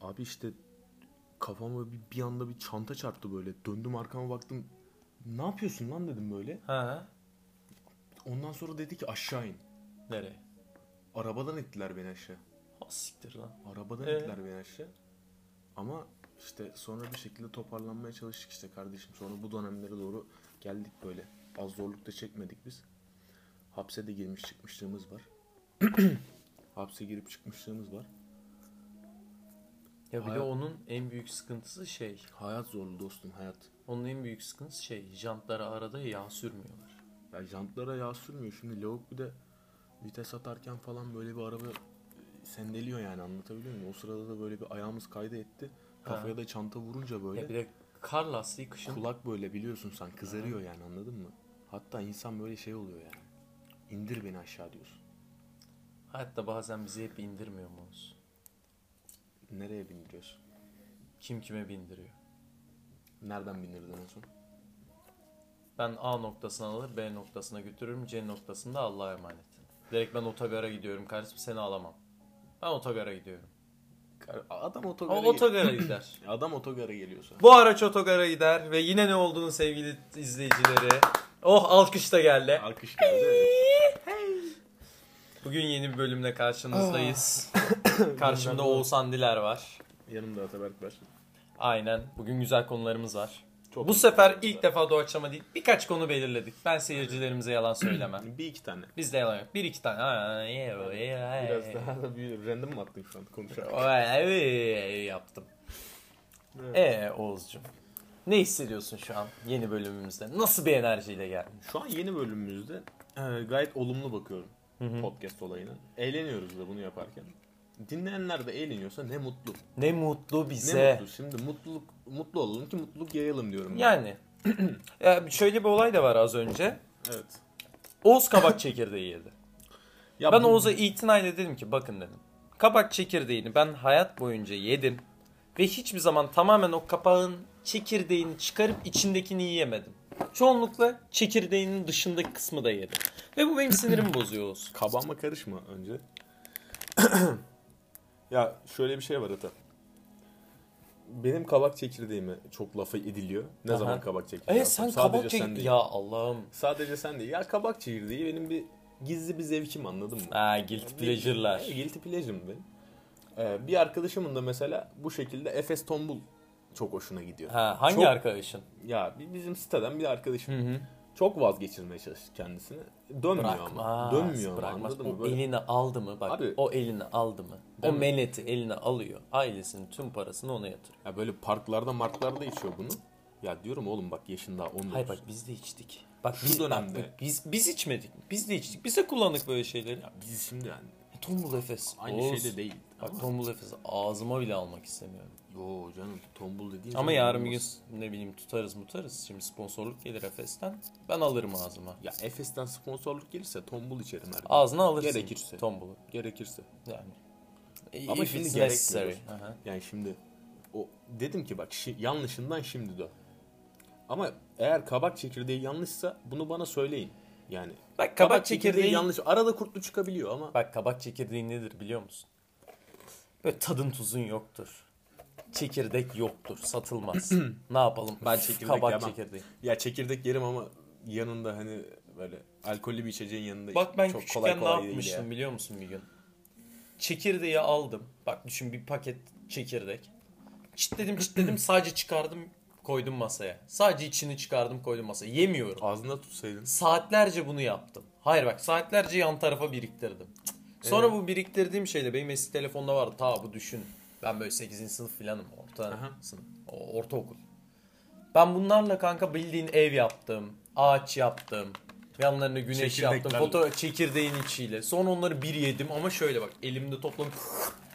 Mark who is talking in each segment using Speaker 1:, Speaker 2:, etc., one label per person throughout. Speaker 1: Abi işte kafama bir, bir anda bir çanta çarptı böyle. Döndüm arkama baktım. Ne yapıyorsun lan dedim böyle.
Speaker 2: Ha.
Speaker 1: Ondan sonra dedi ki aşağı in.
Speaker 2: Nereye?
Speaker 1: Arabadan ittiler beni aşağı.
Speaker 2: Ha siktir lan.
Speaker 1: Arabadan
Speaker 2: Ee?
Speaker 1: ittiler beni aşağı. Ama işte sonra bir şekilde toparlanmaya çalıştık işte kardeşim. Sonra bu dönemlere doğru geldik böyle. Az zorluk da çekmedik biz. Hapse de girmiş çıkmışlığımız var. Hapse girip çıkmışlığımız var.
Speaker 2: Ya bir de
Speaker 1: Hayat-
Speaker 2: onun en büyük sıkıntısı şey.
Speaker 1: Hayat zorlu dostum hayat.
Speaker 2: Onun en büyük sıkıntısı şey. Jantlara arada yağ sürmüyorlar.
Speaker 1: Ya jantlara yağ sürmüyor. Şimdi lavuk bir de vites atarken falan böyle bir araba e, sendeliyor yani anlatabiliyor muyum? O sırada da böyle bir ayağımız kaydı etti. Kafaya da çanta vurunca böyle.
Speaker 2: Ya bir de kar lastiği kışın.
Speaker 1: Kulak böyle biliyorsun sen kızarıyor yani anladın mı? Hatta insan böyle şey oluyor yani. İndir beni aşağı diyorsun.
Speaker 2: Hayatta bazen bizi hep indirmiyor muyuz?
Speaker 1: Nereye bindiriyorsun?
Speaker 2: Kim kime bindiriyor?
Speaker 1: Nereden bindirdin en son?
Speaker 2: Ben A noktasına alır, B noktasına götürürüm, C noktasında Allah'a emanet. Direkt ben otogara gidiyorum kardeşim seni alamam. Ben otogara gidiyorum.
Speaker 1: Kar- Adam
Speaker 2: Ama
Speaker 1: otogara, gel-
Speaker 2: otogara gider.
Speaker 1: Adam otogara geliyorsa.
Speaker 2: Bu araç otogara gider ve yine ne olduğunu sevgili izleyicileri. Oh alkış da geldi.
Speaker 1: Alkış geldi. evet.
Speaker 2: Bugün yeni bir bölümle karşınızdayız.
Speaker 1: Ah.
Speaker 2: Karşımda Oğuzhan Diler var.
Speaker 1: Yanımda Ataberk var.
Speaker 2: Aynen. Bugün güzel konularımız var.
Speaker 1: Çok
Speaker 2: Bu
Speaker 1: güzel
Speaker 2: sefer
Speaker 1: konular.
Speaker 2: ilk defa doğaçlama değil birkaç konu belirledik. Ben seyircilerimize yalan söylemem.
Speaker 1: Bir iki tane.
Speaker 2: Bizde yalan yok. Bir iki tane. Ha, iyi, iyi, iyi.
Speaker 1: Biraz daha da bir random mı attın şu an konuşarak?
Speaker 2: Vay, evet, yaptım.
Speaker 1: Evet.
Speaker 2: Ee Oğuzcum. Ne hissediyorsun şu an yeni bölümümüzde? Nasıl bir enerjiyle geldin?
Speaker 1: Şu an yeni bölümümüzde e, gayet olumlu bakıyorum podcast olayına. Eğleniyoruz da bunu yaparken. Dinleyenler de eğleniyorsa ne mutlu.
Speaker 2: Ne mutlu
Speaker 1: Ne
Speaker 2: bize.
Speaker 1: mutlu. Şimdi mutluluk mutlu olalım ki mutluluk yayalım diyorum. ben.
Speaker 2: Yani. Ya şöyle bir olay da var az önce.
Speaker 1: Evet.
Speaker 2: Oğuz kabak çekirdeği yedi.
Speaker 1: Ya
Speaker 2: ben
Speaker 1: bu-
Speaker 2: Oğuz'a itinayla dedim ki bakın dedim. Kabak çekirdeğini ben hayat boyunca yedim. Ve hiçbir zaman tamamen o kapağın çekirdeğini çıkarıp içindekini yiyemedim. Çoğunlukla çekirdeğinin dışındaki kısmı da yedim. Ve bu benim sinirimi bozuyor Oğuz.
Speaker 1: Kabağıma karışma önce. ya şöyle bir şey var Ata. Benim kabak çekirdeğime çok lafa ediliyor. Ne
Speaker 2: Aha.
Speaker 1: zaman kabak çekirdeği?
Speaker 2: E
Speaker 1: yaptım?
Speaker 2: sen
Speaker 1: Sadece
Speaker 2: kabak
Speaker 1: sen
Speaker 2: çek...
Speaker 1: değil.
Speaker 2: Ya Allah'ım.
Speaker 1: Sadece sen değil. Ya kabak çekirdeği benim bir gizli bir zevkim anladın mı?
Speaker 2: Ha
Speaker 1: Ee,
Speaker 2: guilty pleasure'lar.
Speaker 1: Bir- Guilty pleasure'ım benim. Ee, bir arkadaşımın da mesela bu şekilde Efes Tombul çok hoşuna gidiyor.
Speaker 2: Ha, hangi
Speaker 1: Çok-
Speaker 2: arkadaşın?
Speaker 1: Ya bi- bizim siteden bir arkadaşım.
Speaker 2: Hı hı.
Speaker 1: Çok vazgeçirmeye çalıştı kendisini. Dönmüyor ama.
Speaker 2: Bırakmaz.
Speaker 1: Dönmüyor ama
Speaker 2: bırakmaz.
Speaker 1: anladın mı?
Speaker 2: O
Speaker 1: Böyle-
Speaker 2: elini aldı mı bak.
Speaker 1: Abi-
Speaker 2: o elini aldı mı? O
Speaker 1: Değil mi?
Speaker 2: meneti eline alıyor. Ailesinin tüm parasını ona yatırıyor.
Speaker 1: Ya böyle parklarda marklarda içiyor bunu. Ya diyorum oğlum bak yaşın daha 19.
Speaker 2: Hayır bak biz de içtik. Bak
Speaker 1: Şu
Speaker 2: biz, bak,
Speaker 1: dönemde-
Speaker 2: bak, biz, biz içmedik. mi? Biz de içtik. Biz de kullandık böyle şeyleri.
Speaker 1: Ya biz şimdi yani
Speaker 2: E, tombul Efes.
Speaker 1: aynı
Speaker 2: Oğuz.
Speaker 1: şeyde değil.
Speaker 2: Bak
Speaker 1: Ama-
Speaker 2: tombul Efes'i ağzıma bile almak istemiyorum.
Speaker 1: Yo canım tombul dediğin
Speaker 2: Ama
Speaker 1: zaman
Speaker 2: yarın bir gün
Speaker 1: olmaz.
Speaker 2: ne bileyim tutarız mutarız. Şimdi sponsorluk gelir Efes'ten. Ben alırım ağzıma.
Speaker 1: Ya Efes'ten sponsorluk gelirse tombul içerim her gün.
Speaker 2: Ağzına alırsın.
Speaker 1: Gerekirse.
Speaker 2: Tombulu.
Speaker 1: Gerekirse.
Speaker 2: Yani.
Speaker 1: E, Ama
Speaker 2: If
Speaker 1: şimdi
Speaker 2: it's
Speaker 1: gerek
Speaker 2: necessary.
Speaker 1: diyoruz.
Speaker 2: Aha.
Speaker 1: Yani şimdi o dedim ki bak şi- yanlışından şimdi dön. Ama eğer kabak çekirdeği yanlışsa bunu bana söyleyin. Yani kabak,
Speaker 2: Bak kabak
Speaker 1: çekirdeği
Speaker 2: çekirdeği
Speaker 1: yanlış. Arada kurtlu çıkabiliyor ama
Speaker 2: Bak kabak çekirdeği nedir biliyor musun? Böyle tadın tuzun yoktur. Çekirdek yoktur, satılmaz. ne yapalım?
Speaker 1: Ben çekirdek
Speaker 2: kabak
Speaker 1: yemem.
Speaker 2: çekirdeği.
Speaker 1: Ya çekirdek yerim ama yanında hani böyle alkollü bir içeceğin yanında
Speaker 2: Bak ben
Speaker 1: çok
Speaker 2: küçükken
Speaker 1: kolay kolay
Speaker 2: ne
Speaker 1: değil
Speaker 2: yapmıştım
Speaker 1: ya.
Speaker 2: biliyor musun bir gün? Çekirdeği aldım. Bak düşün bir paket çekirdek. Çitledim çitledim sadece çıkardım koydum masaya. Sadece içini çıkardım koydum masaya. Yemiyorum.
Speaker 1: Ağzında tutsaydın.
Speaker 2: Saatlerce bunu yaptım. Hayır bak saatlerce yan tarafa biriktirdim. Cık. Sonra bu biriktirdiğim şeyle benim eski telefonda vardı. Ta bu düşün. Ben böyle 8. sınıf filanım. Orta
Speaker 1: Aha.
Speaker 2: sınıf. O, ortaokul. Ben bunlarla kanka bildiğin ev yaptım. Ağaç yaptım. Yanlarına güneş yaptım.
Speaker 1: Çekirdeklerle.
Speaker 2: Fotoğraf çekirdeğin içiyle. Sonra onları bir yedim ama şöyle bak elimde toplam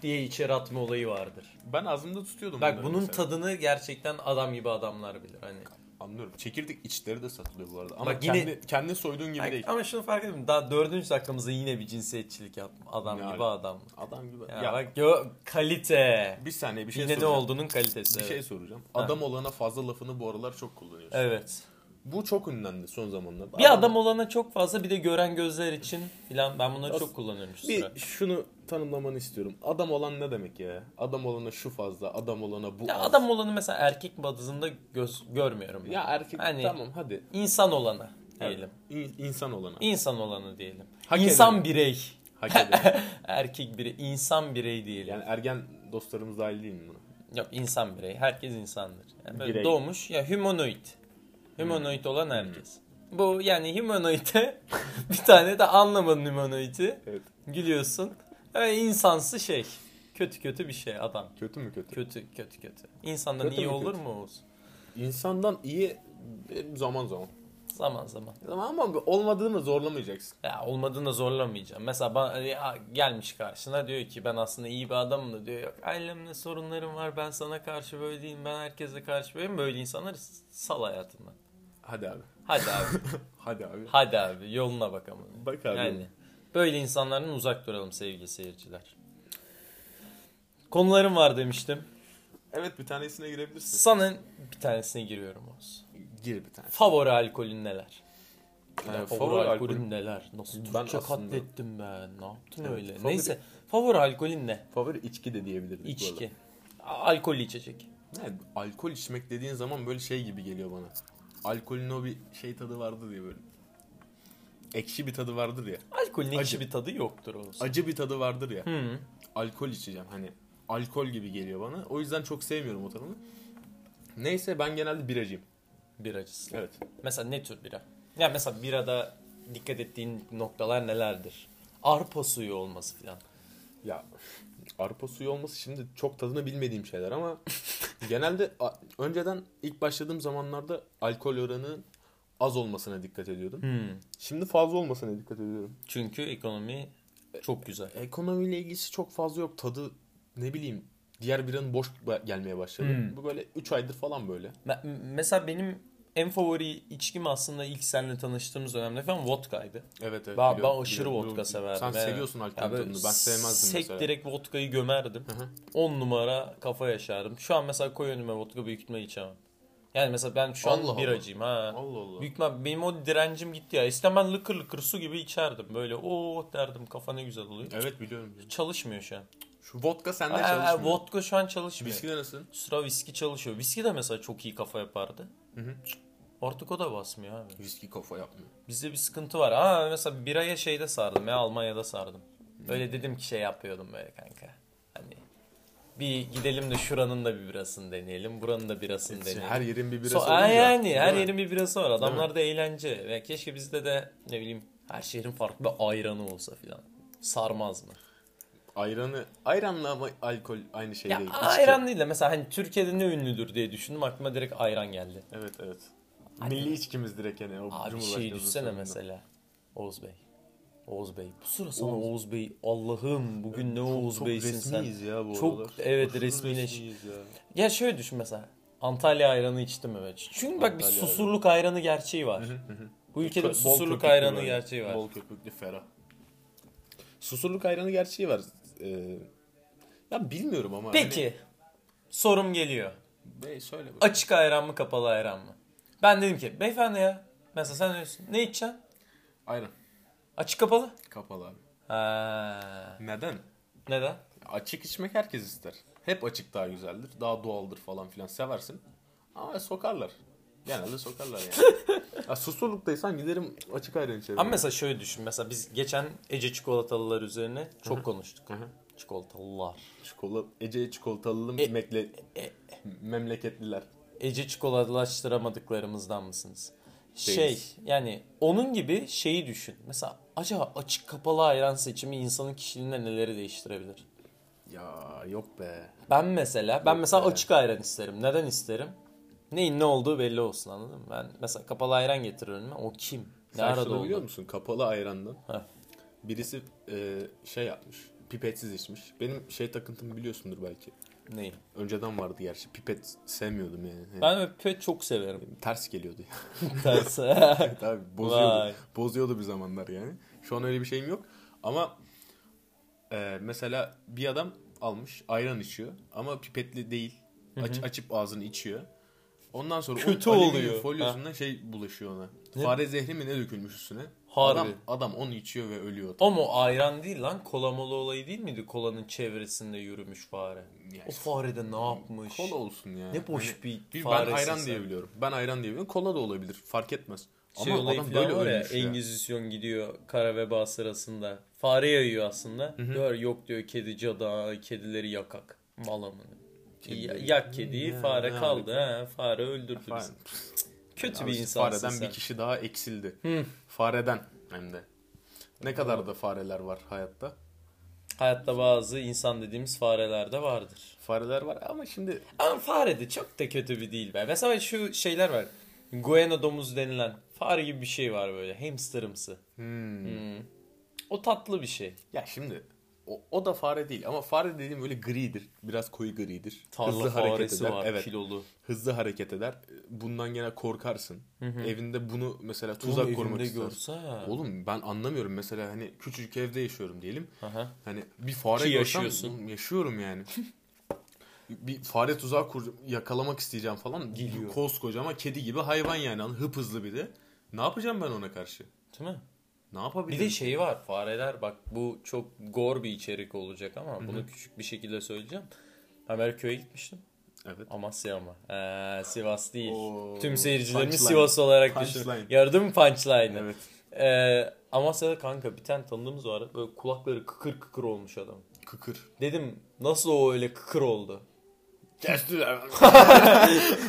Speaker 2: diye içeri atma olayı vardır.
Speaker 1: Ben ağzımda tutuyordum.
Speaker 2: Bak
Speaker 1: bunları
Speaker 2: bunun
Speaker 1: mesela.
Speaker 2: tadını gerçekten adam gibi adamlar bilir. Hani
Speaker 1: Anlıyorum. Çekirdek içleri de satılıyor bu arada. Ama
Speaker 2: Bak yine-
Speaker 1: kendi, kendi soyduğun gibi
Speaker 2: Ay,
Speaker 1: değil.
Speaker 2: Ama şunu fark ettim. Daha dördüncü dakikamızda yine bir cinsiyetçilik yaptım. Adam
Speaker 1: Yani.
Speaker 2: gibi adam.
Speaker 1: Adam gibi.
Speaker 2: Ya,
Speaker 1: Ya,
Speaker 2: bak gö- kalite.
Speaker 1: bir saniye bir şey
Speaker 2: yine ne
Speaker 1: soracağım.
Speaker 2: olduğunun kalitesi.
Speaker 1: Bir
Speaker 2: evet.
Speaker 1: şey soracağım. Adam olana fazla lafını bu aralar çok kullanıyorsun.
Speaker 2: Evet.
Speaker 1: Bu çok ünlendi son zamanlarda.
Speaker 2: Bir adam olana çok fazla bir de gören gözler için filan ben bunları çok kullanıyorum şu sıra.
Speaker 1: bir şunu tanımlamanı istiyorum. Adam olan ne demek ya? Adam olana şu fazla, adam olana bu
Speaker 2: Ya
Speaker 1: az.
Speaker 2: adam olanı mesela erkek bazında göz görmüyorum ben.
Speaker 1: Ya erkek
Speaker 2: Hani-
Speaker 1: tamam hadi.
Speaker 2: İnsan olana diyelim.
Speaker 1: İn- insan olana.
Speaker 2: İnsan olanı diyelim.
Speaker 1: Hak
Speaker 2: insan
Speaker 1: eden.
Speaker 2: birey.
Speaker 1: Hak eden.
Speaker 2: Erkek birey, insan birey diyelim.
Speaker 1: yani ergen dostlarımız dahil değil mi buna?
Speaker 2: Yok insan birey. Herkes insandır. Yani böyle
Speaker 1: Birey. Hmm.
Speaker 2: doğmuş ya humanoid. Humanoid olan herkes. Bu yani humanoid'e bir tane de anlamadın humanoid'i.
Speaker 1: Evet.
Speaker 2: Gülüyorsun. Yani insansı şey. Kötü kötü bir şey adam.
Speaker 1: Kötü mü kötü?
Speaker 2: Kötü kötü kötü. İnsandan
Speaker 1: Kötü
Speaker 2: iyi
Speaker 1: mü
Speaker 2: olur
Speaker 1: kötü?
Speaker 2: mu Oğuz?
Speaker 1: İnsandan iyi e, zaman zaman.
Speaker 2: Zaman zaman.
Speaker 1: Ama olmadığını zorlamayacaksın.
Speaker 2: Ya olmadığını zorlamayacağım. Mesela bana ya gelmiş karşına diyor ki ben aslında iyi bir adamım da diyor. Yok ailemle sorunlarım var ben sana karşı böyle değilim ben herkese karşı böyleyim. Böyle insanları sal hayatından.
Speaker 1: Hadi abi.
Speaker 2: Hadi abi.
Speaker 1: Hadi abi.
Speaker 2: Hadi abi yoluna bak ama.
Speaker 1: Bak abi.
Speaker 2: Yani böyle insanlardan uzak duralım sevgili seyirciler. Konularım var demiştim.
Speaker 1: Evet bir tanesine girebilirsin.
Speaker 2: Sana bir tanesine giriyorum Oğuz.
Speaker 1: Gir bir tane.
Speaker 2: Favori alkolün neler?
Speaker 1: Yani
Speaker 2: Ee, favori alkolün neler? Nasıl
Speaker 1: Ee, Ben
Speaker 2: Türkçe
Speaker 1: aslında-
Speaker 2: katlettim ben? Ne yaptın
Speaker 1: Evet,
Speaker 2: öyle?
Speaker 1: favori-
Speaker 2: Neyse favori alkolün ne?
Speaker 1: Favori içki de diyebilirdik bu
Speaker 2: İçki. A- Alkollü içecek.
Speaker 1: arada. Yani alkol içmek dediğin zaman böyle şey gibi geliyor bana. Alkolün o bir şey tadı vardır ya böyle. Ekşi bir tadı vardır ya.
Speaker 2: Alkolün ekşi
Speaker 1: Acı.
Speaker 2: bir tadı yoktur Oğuz.
Speaker 1: Acı bir tadı vardır ya.
Speaker 2: Hı.
Speaker 1: Alkol içeceğim hani. Alkol gibi geliyor bana. O yüzden çok sevmiyorum o tadını. Neyse ben genelde biracıyım.
Speaker 2: Bir acısı.
Speaker 1: Evet.
Speaker 2: Mesela ne tür bira? Ya mesela birada dikkat ettiğin noktalar nelerdir? Arpa suyu olması filan.
Speaker 1: Ya arpa suyu olması şimdi çok tadını bilmediğim şeyler ama genelde a- önceden ilk başladığım zamanlarda alkol oranının az olmasına dikkat ediyordum. Şimdi fazla olmasına dikkat ediyorum.
Speaker 2: Çünkü ekonomi çok güzel.
Speaker 1: Ekonomiyle ilgisi çok fazla yok. Tadı ne bileyim diğer biranın boş ba- gelmeye başladı.
Speaker 2: Hmm.
Speaker 1: Bu böyle 3 aydır falan böyle.
Speaker 2: Me- Mesela benim en favori içkim aslında ilk seninle tanıştığımız dönemde falan vodkaydı.
Speaker 1: Evet evet.
Speaker 2: Ben, ben
Speaker 1: Ee, biliyorum,
Speaker 2: aşırı
Speaker 1: biliyorum.
Speaker 2: vodka severdim.
Speaker 1: Sen
Speaker 2: evet.
Speaker 1: seviyorsun alkol
Speaker 2: Ya böyle
Speaker 1: tadını. Ben sevmezdim
Speaker 2: sek
Speaker 1: mesela.
Speaker 2: direkt vodkayı gömerdim.
Speaker 1: Hı hı.
Speaker 2: 10 numara kafa yaşardım. Şu an mesela koy önüme vodka büyük ihtimal içemem. Yani mesela ben şu
Speaker 1: Allah
Speaker 2: an
Speaker 1: Allah.
Speaker 2: biracıyım ha.
Speaker 1: Allah Allah.
Speaker 2: Büyük ihtimal benim o direncim gitti ya. İşte ben lıkır lıkır su gibi içerdim. Böyle o derdim kafa ne güzel oluyor.
Speaker 1: Evet biliyorum.
Speaker 2: Çalışmıyor şu an.
Speaker 1: Şu vodka sende
Speaker 2: Aa,
Speaker 1: çalışmıyor.
Speaker 2: vodka şu an çalışmıyor.
Speaker 1: Viski de nasıl?
Speaker 2: Sıra viski çalışıyor. Viski de mesela çok iyi kafa yapardı. Artık o da basmıyor abi.
Speaker 1: Viski kafa yapmıyor.
Speaker 2: Bizde bir sıkıntı var. Ha mesela biraya şeyde sardım ya Almanya'da sardım. Öyle dedim ki şey yapıyordum böyle kanka. Hani bir gidelim de şuranın da bir birasını deneyelim. Buranın da birasını
Speaker 1: Şey,
Speaker 2: deneyelim.
Speaker 1: her yerin bir birası
Speaker 2: So-
Speaker 1: olunca,
Speaker 2: yani
Speaker 1: değil
Speaker 2: her
Speaker 1: mi?
Speaker 2: yerin bir birası var. Adamlarda eğlence. Ve keşke bizde de ne bileyim her şehrin farklı bir ayranı olsa filan. Sarmaz mı?
Speaker 1: Ayranı, ayranla ama alkol aynı şey
Speaker 2: Ya
Speaker 1: değil. içki.
Speaker 2: ayran değil de mesela hani Türkiye'de ne ünlüdür diye düşündüm. Aklıma direkt ayran geldi.
Speaker 1: Evet evet. Milli içkimiz direkt yani. O
Speaker 2: Abi
Speaker 1: Cumhurbaşkanımızın
Speaker 2: şey düşsene
Speaker 1: sonunda.
Speaker 2: mesela. Oğuz Bey. Oğuz Bey. Bu sıra sana Oğuz, Bey. Allah'ım bugün ne Oğuz
Speaker 1: Çok
Speaker 2: Bey'sin sen.
Speaker 1: resmiyiz ya bu
Speaker 2: Çok-
Speaker 1: aralar.
Speaker 2: evet,
Speaker 1: Aşırı
Speaker 2: resmileş-
Speaker 1: resmiyiz ya.
Speaker 2: Ya şöyle düşün mesela. Antalya ayranı içtim evet. Çünkü bak bir
Speaker 1: Antalya
Speaker 2: susurluk ayranı gerçeği var. Bu ülkede bir
Speaker 1: Bol
Speaker 2: susurluk
Speaker 1: köpüklü
Speaker 2: ayranı
Speaker 1: böyle.
Speaker 2: gerçeği var.
Speaker 1: Bol köpüklü ferah. Susurluk ayranı gerçeği var. Ee, ya bilmiyorum ama.
Speaker 2: Peki. Sorum geliyor.
Speaker 1: Hani, Bey söyle bak.
Speaker 2: Açık ayran mı kapalı ayran mı? Ben dedim ki beyefendi ya. Mesela sen diyorsun. Ne içeceksin?
Speaker 1: Ayran.
Speaker 2: Açık kapalı.
Speaker 1: Kapalı abi.
Speaker 2: Ha.
Speaker 1: Neden?
Speaker 2: Neden?
Speaker 1: Açık içmek herkes ister. Hep açık daha güzeldir. Daha doğaldır falan filan seversin. Ama sokarlar. Genelde sokarlar yani. ya susurluktaysan giderim açık ayran içerim.
Speaker 2: Ama mesela şöyle düşün. Mesela biz geçen Ece çikolatalılar üzerine çok konuştuk.
Speaker 1: Hı hı.
Speaker 2: Çikolatalılar.
Speaker 1: Çikolata, Ece çikolatalı
Speaker 2: E-
Speaker 1: mekle,
Speaker 2: e-
Speaker 1: memleketliler.
Speaker 2: Ece çikolatalaştıramadıklarımızdan mısınız? Şey
Speaker 1: Değiliz.
Speaker 2: yani onun gibi şeyi düşün. Mesela acaba açık kapalı ayran seçimi insanın kişiliğinde neleri değiştirebilir?
Speaker 1: Ya yok be.
Speaker 2: Ben mesela ben mesela
Speaker 1: be.
Speaker 2: açık ayran isterim. Neden isterim? Neyin ne olduğu belli olsun anladın mı? Ben mesela kapalı ayran getiririm. O kim? Ne
Speaker 1: Sen
Speaker 2: arada
Speaker 1: şunu
Speaker 2: oldu?
Speaker 1: biliyor musun? Kapalı ayrandan
Speaker 2: Heh.
Speaker 1: birisi e, şey yapmış. Pipetsiz içmiş. Benim şey takıntımı biliyorsundur belki.
Speaker 2: Neyi?
Speaker 1: Önceden vardı gerçi. Pipet sevmiyordum yani. Yani
Speaker 2: Ben öpüyor çok severim.
Speaker 1: Ters geliyordu.
Speaker 2: Ters.
Speaker 1: Tabii bozuyordu.
Speaker 2: Vay.
Speaker 1: Bozuyordu bir zamanlar yani. Şu an öyle bir şeyim yok. Ama e, mesela bir adam almış ayran içiyor ama pipetli değil. Aç- açıp ağzını içiyor. Ondan sonra
Speaker 2: Kötü
Speaker 1: o alüminyum
Speaker 2: oluyor.
Speaker 1: folyosunda şey bulaşıyor ona.
Speaker 2: Ne?
Speaker 1: Fare zehri mi ne dökülmüş üstüne?
Speaker 2: Harbi.
Speaker 1: Adam, adam onu içiyor ve ölüyor.
Speaker 2: Ama o ayran değil lan. Kola mola olayı değil miydi? Kolanın çevresinde yürümüş fare.
Speaker 1: Ya
Speaker 2: O
Speaker 1: işte.
Speaker 2: fare de ne yapmış?
Speaker 1: Kola olsun ya.
Speaker 2: Ne boş
Speaker 1: Hani
Speaker 2: bir
Speaker 1: bir
Speaker 2: faresi
Speaker 1: ben ayran
Speaker 2: sen.
Speaker 1: diye biliyorum. Ben ayran diye biliyorum. Kola da olabilir. Fark etmez.
Speaker 2: Şey
Speaker 1: Ama
Speaker 2: olayı
Speaker 1: adam
Speaker 2: falan
Speaker 1: böyle
Speaker 2: var ya,
Speaker 1: ölmüş ya.
Speaker 2: Engizisyon gidiyor kara veba sırasında. Fare yayıyor aslında. Diyor yok diyor kedi cadı ha, kedileri yakak. Malamını. yak kediyi
Speaker 1: Ya,
Speaker 2: fare
Speaker 1: ne
Speaker 2: kaldı ha. Fare öldürdü
Speaker 1: Fare-
Speaker 2: bizi. Kötü
Speaker 1: Abi
Speaker 2: bir
Speaker 1: işte
Speaker 2: insansın
Speaker 1: Fareden
Speaker 2: sen.
Speaker 1: bir kişi daha eksildi. Fareden hem de. Ne kadar da fareler var hayatta.
Speaker 2: Hayatta bazı insan dediğimiz fareler de vardır.
Speaker 1: Fareler var ama şimdi
Speaker 2: Ama fare de çok da kötü bir değil be. Mesela şu şeyler var. Guena domuz denilen fare gibi bir şey var böyle. Hamsterımsı. Hmm. O tatlı bir şey.
Speaker 1: ya şimdi o, o da fare değil ama fare dediğim böyle gridir. Biraz koyu gridir.
Speaker 2: Tarla
Speaker 1: Hızlı hareket
Speaker 2: faresi
Speaker 1: eder.
Speaker 2: var
Speaker 1: evet.
Speaker 2: kilolu.
Speaker 1: Hızlı hareket eder. Bundan gene korkarsın. Evinde bunu mesela tuzak
Speaker 2: Oğlum
Speaker 1: korumak
Speaker 2: evimde
Speaker 1: ister.
Speaker 2: görse.
Speaker 1: Oğlum ben anlamıyorum mesela hani küçücük evde yaşıyorum diyelim.
Speaker 2: Aha.
Speaker 1: Hani bir fare
Speaker 2: Ki
Speaker 1: görsem-
Speaker 2: yaşıyorsun.
Speaker 1: Oğlum yaşıyorum yani. bir fare tuzağı kuracağım, yakalamak isteyeceğim falan.
Speaker 2: Geliyor.
Speaker 1: Koskoca ama kedi gibi hayvan yani hıp hızlı bir de. Ne yapacağım ben ona karşı?
Speaker 2: Değil mi?
Speaker 1: Ne yapabilirim?
Speaker 2: Bir de şey var fareler bak bu çok gor bir içerik olacak ama bunu küçük bir şekilde söyleyeceğim. Amerika'ya gitmiştim.
Speaker 1: Evet.
Speaker 2: Amasya ama. Ee, Sivas değil.
Speaker 1: Oo,
Speaker 2: Tüm seyircilerimiz
Speaker 1: punchline.
Speaker 2: Sivas olarak düşün.
Speaker 1: Punchline.
Speaker 2: Gördün mü punchline'ı?
Speaker 1: Evet.
Speaker 2: Ee, Amasya'da kanka bir tane tanıdığımız var. Böyle kulakları kıkır kıkır olmuş adam.
Speaker 1: Kıkır.
Speaker 2: Dedim nasıl o öyle kıkır oldu?
Speaker 1: Kestiler.